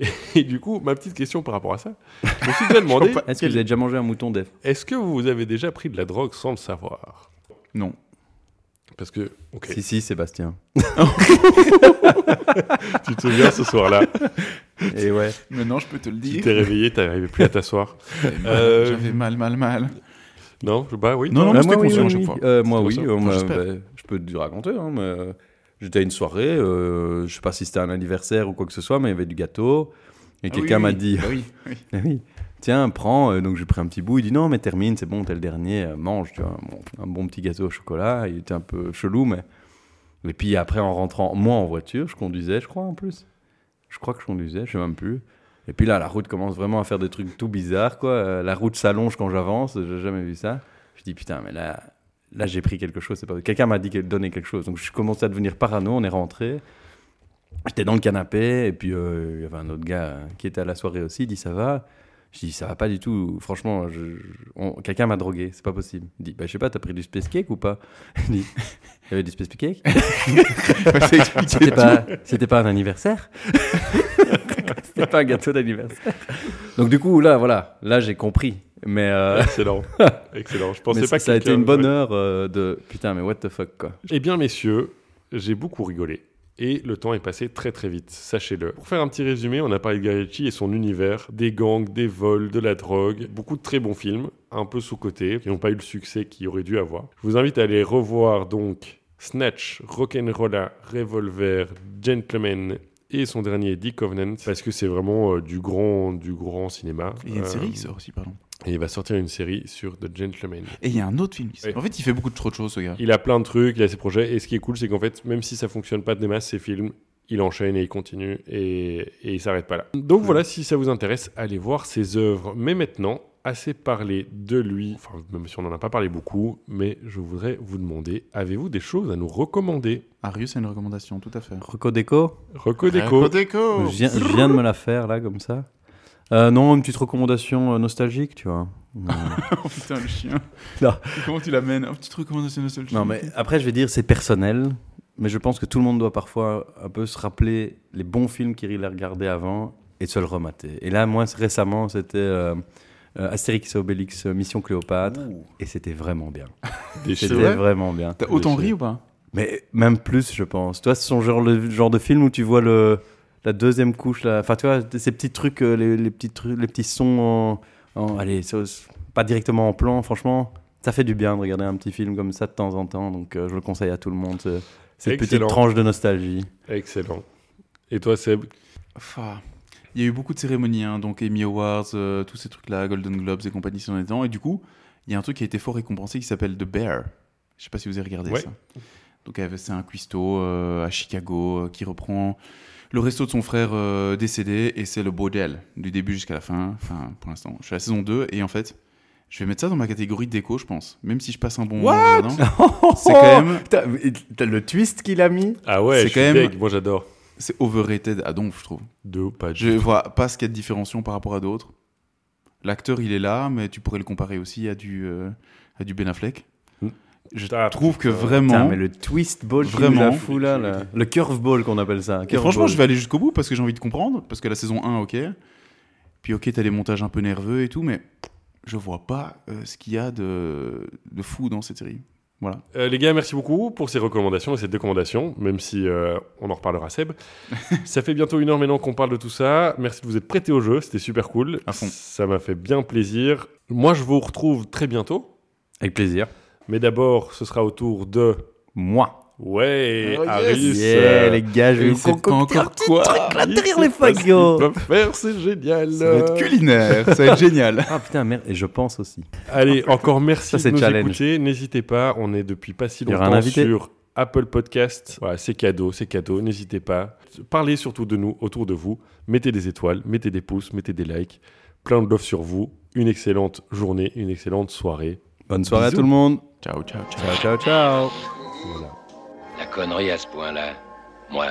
Speaker 3: Et, et du coup, ma petite question par rapport à ça, je me suis déjà demandé
Speaker 1: Est-ce que vous avez déjà mangé un mouton d'Ef
Speaker 3: est-ce que vous avez déjà pris de la drogue sans le savoir
Speaker 2: Non.
Speaker 3: Parce que, ok,
Speaker 1: Si, si, Sébastien.
Speaker 3: tu te souviens ce soir-là,
Speaker 1: Et ouais.
Speaker 2: Maintenant, je peux te le
Speaker 3: tu
Speaker 2: dire.
Speaker 3: t'es réveillé, t'arrivais plus à t'asseoir.
Speaker 2: J'avais mal,
Speaker 3: Euh,
Speaker 2: J'avais mal, mal, mal.
Speaker 3: Non, je- bah oui.
Speaker 2: Non,
Speaker 1: Ah,
Speaker 3: toi,
Speaker 2: non, mais
Speaker 1: moi,
Speaker 2: c'était
Speaker 1: oui,
Speaker 2: conscient
Speaker 1: oui,
Speaker 2: à chaque
Speaker 1: oui.
Speaker 2: fois.
Speaker 1: Euh, moi, oui.
Speaker 3: C'était
Speaker 1: euh,
Speaker 2: conscient.
Speaker 1: moi,
Speaker 2: J'espère.
Speaker 1: bah, je peux te raconter. hein, mais, euh, J'étais à une soirée, euh, je sais pas si c'était un anniversaire ou quoi que ce soit, mais il y avait du gâteau. Et
Speaker 2: Ah oui,
Speaker 1: quelqu'un
Speaker 2: oui,
Speaker 1: m'a
Speaker 2: oui.
Speaker 1: dit
Speaker 2: Bah oui, oui.
Speaker 1: Ah oui. Tiens, prends. Euh, Donc j'ai pris un petit bout. Il dit non, mais termine, c'est bon, t'es le dernier, euh, mange. Tu vois, Bon, un bon petit gâteau au chocolat. Il était un peu chelou, mais. Et puis après, en rentrant, moi en voiture, je conduisais, je crois en plus. Je crois que je conduisais, je sais même plus. Et puis là, la route commence vraiment à faire des trucs tout bizarres, quoi. Euh, La route s'allonge quand j'avance, j'ai jamais vu ça. Je dis, putain, mais là, là j'ai pris quelque chose. c'est Pas... Quelqu'un m'a dit qu'elle donnait quelque chose. Donc je commençais à devenir parano, on est rentré. J'étais dans le canapé, et puis euh, il y avait un autre gars euh, qui était à la soirée aussi, il dit, ça va Je dis, ça va pas du tout. Franchement, je- je- on- quelqu'un m'a drogué, c'est pas possible. Il dit, bah, je sais pas, t'as pris du space cake ou pas Il dit, il y avait du space cake
Speaker 2: Ça explique
Speaker 1: c'était pas, c'était pas un anniversaire. c'était pas un gâteau d'anniversaire. Donc du coup, là, voilà, là j'ai compris. Mais, euh,
Speaker 3: Ah, Excellent. Excellent. Je pensais
Speaker 1: mais ça,
Speaker 3: pas que
Speaker 1: ça a été
Speaker 3: quelqu'un-
Speaker 1: une bonne
Speaker 3: Ouais.
Speaker 1: heure euh, de putain, mais what the fuck quoi.
Speaker 3: Eh bien, messieurs, j'ai beaucoup rigolé. Et le temps est passé très très vite, sachez-le. Pour faire un petit résumé, on a parlé de Guy Ritchie et son univers, des gangs, des vols, de la drogue, beaucoup de très bons films, un peu sous-cotés, qui n'ont pas eu le succès qu'ils auraient dû avoir. Je vous invite à aller revoir donc Snatch, Rock'n'Rolla, Revolver, Gentleman et son dernier The Covenant, parce que c'est vraiment euh, du, grand, du grand cinéma.
Speaker 2: Il y a une
Speaker 3: Euh,
Speaker 2: série qui sort aussi, pardon.
Speaker 3: Et il va sortir une série sur The Gentleman.
Speaker 2: Et il y a un autre film qui sort.
Speaker 3: Oui.
Speaker 2: En fait, il fait beaucoup de trop de choses, ce gars.
Speaker 3: Il a plein de trucs, il a ses projets. Et ce qui est cool, c'est qu'en fait, même si ça fonctionne pas des masses, ses films, il enchaîne et il continue et, et il s'arrête pas là. Donc
Speaker 2: Hmm.
Speaker 3: voilà, si ça vous intéresse, allez voir ses œuvres. Mais maintenant, assez parlé de lui, enfin, même si on n'en a pas parlé beaucoup, mais je voudrais vous demander avez-vous des choses à nous recommander
Speaker 2: Arius a une recommandation, tout à fait.
Speaker 1: Rocodeco,
Speaker 3: Recodeco. Oh.
Speaker 1: je viens, je viens de me la faire là comme ça. Euh, non, une petite recommandation euh, nostalgique, tu vois. Euh,
Speaker 2: Oh putain, le chien.
Speaker 1: Là.
Speaker 2: Comment tu l'amènes Un petit truc recommandation de seul
Speaker 1: non mais après, je vais dire c'est personnel, mais je pense que tout le monde doit parfois un peu se rappeler les bons films qu'il a regardés avant et de se le remater. Et là, moi récemment, c'était euh, euh, Astérix et Obélix, euh, Mission Cléopâtre. Et c'était vraiment bien.
Speaker 3: Des
Speaker 1: C'était
Speaker 3: choses.
Speaker 2: vrai
Speaker 1: vraiment bien.
Speaker 2: T'as autant ri ou pas
Speaker 1: Mais même plus, je pense. Toi, ce sont genre le genre de film où tu vois le, la deuxième couche, là. enfin, tu vois, ces petits trucs, euh, les, les petits, trucs, les petits sons, en, en- allez, ça- pas directement en plan, franchement, ça fait du bien de regarder un petit film comme ça de temps en temps, donc euh, je le conseille à tout le monde, ce- cette
Speaker 3: Excellent.
Speaker 1: petite tranche de nostalgie.
Speaker 3: Excellent. Et toi, Seb
Speaker 2: Enfin, Il y a eu beaucoup de cérémonies, hein, donc Emmy Awards, euh, tous ces trucs-là, Golden Globes et compagnie sont dedans. Et du coup, il y a un truc qui a été fort récompensé qui s'appelle The Bear. Je sais pas si vous avez regardé
Speaker 3: Ouais.
Speaker 2: ça. Donc euh, c'est un cuistot euh, à Chicago euh, qui reprend le resto de son frère euh, décédé et c'est le bordel du début jusqu'à la fin. Enfin, pour l'instant, je suis à la saison 2 et en fait, je vais mettre ça dans ma catégorie déco, je pense. Même si je passe un bon moment en regardant,
Speaker 1: Oh,
Speaker 2: c'est quand même
Speaker 1: le twist qu'il a mis
Speaker 3: Ah ouais,
Speaker 2: C'est
Speaker 3: je suis
Speaker 2: quand même-
Speaker 3: deg, moi j'adore.
Speaker 2: c'est overrated à donf, je trouve.
Speaker 3: De ouf, pas de
Speaker 2: Je vois pas ce qu'il y a de différenciant par rapport à d'autres. L'acteur, il est là, mais tu pourrais le comparer aussi à du, euh, à du Ben Affleck.
Speaker 3: Hmm.
Speaker 2: Je
Speaker 3: Ah,
Speaker 2: trouve que
Speaker 3: putain.
Speaker 1: Putain,
Speaker 2: vraiment.
Speaker 1: mais le twist ball
Speaker 2: Vraiment.
Speaker 1: vraiment fou là, là. le curveball qu'on appelle ça.
Speaker 2: Et franchement,
Speaker 1: curveball.
Speaker 2: je vais aller jusqu'au bout parce que j'ai envie de comprendre. Parce que la saison 1, ok. Puis, ok, t'as des montages un peu nerveux et tout, mais je vois pas euh, ce qu'il y a de, de fou dans cette série. Voilà.
Speaker 3: Euh, les gars, merci beaucoup pour ces recommandations et cette décommandation, même si euh, on en reparlera Seb. ça fait bientôt une heure maintenant qu'on parle de tout ça. Merci de vous être prêté au jeu, c'était super cool.
Speaker 2: À fond.
Speaker 3: Ça m'a fait bien plaisir. Moi, je vous retrouve très bientôt.
Speaker 1: Avec plaisir.
Speaker 3: Mais d'abord, ce sera au tour de...
Speaker 1: Moi.
Speaker 3: Ouais,
Speaker 1: Oh,
Speaker 3: Arius.
Speaker 1: Yeah, les gars, je vais
Speaker 2: Et
Speaker 1: vous
Speaker 2: c'est
Speaker 1: concocter un
Speaker 2: encore
Speaker 1: petit
Speaker 2: quoi
Speaker 1: truc là,
Speaker 3: Arius,
Speaker 1: derrière
Speaker 3: c'est
Speaker 1: Ah, les
Speaker 3: pas ce qu'ils
Speaker 1: fagots.
Speaker 3: peuvent faire, c'est génial.
Speaker 2: Ça va être culinaire, ça va être génial.
Speaker 1: Ah putain, merde, et je pense aussi.
Speaker 3: Allez, encore merci
Speaker 1: Ça, c'est
Speaker 3: de nous
Speaker 1: challenge.
Speaker 3: écouter. N'hésitez pas, on est depuis pas si
Speaker 1: Il y aura
Speaker 3: longtemps
Speaker 1: un invité.
Speaker 3: sur Apple Podcast. Voilà, c'est cadeau, c'est cadeau. N'hésitez pas. Parlez surtout de nous autour de vous. Mettez des étoiles, mettez des pouces, mettez des likes. Plein de love sur vous. Une excellente journée, une excellente soirée.
Speaker 1: Bonne soirée
Speaker 3: Bisous.
Speaker 1: à tout le monde.
Speaker 2: Ciao, ciao, ciao.
Speaker 1: Ciao, ciao, ciao.
Speaker 3: Voilà.
Speaker 4: La connerie à ce point-là, moi,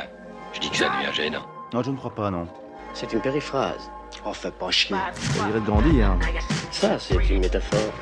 Speaker 4: je dis que ça devient gênant.
Speaker 5: Non, je ne crois pas, non.
Speaker 6: C'est une périphrase. Oh, fais pas chier.
Speaker 5: hein. Ça dirait de grandir.
Speaker 6: Ça, c'est une métaphore.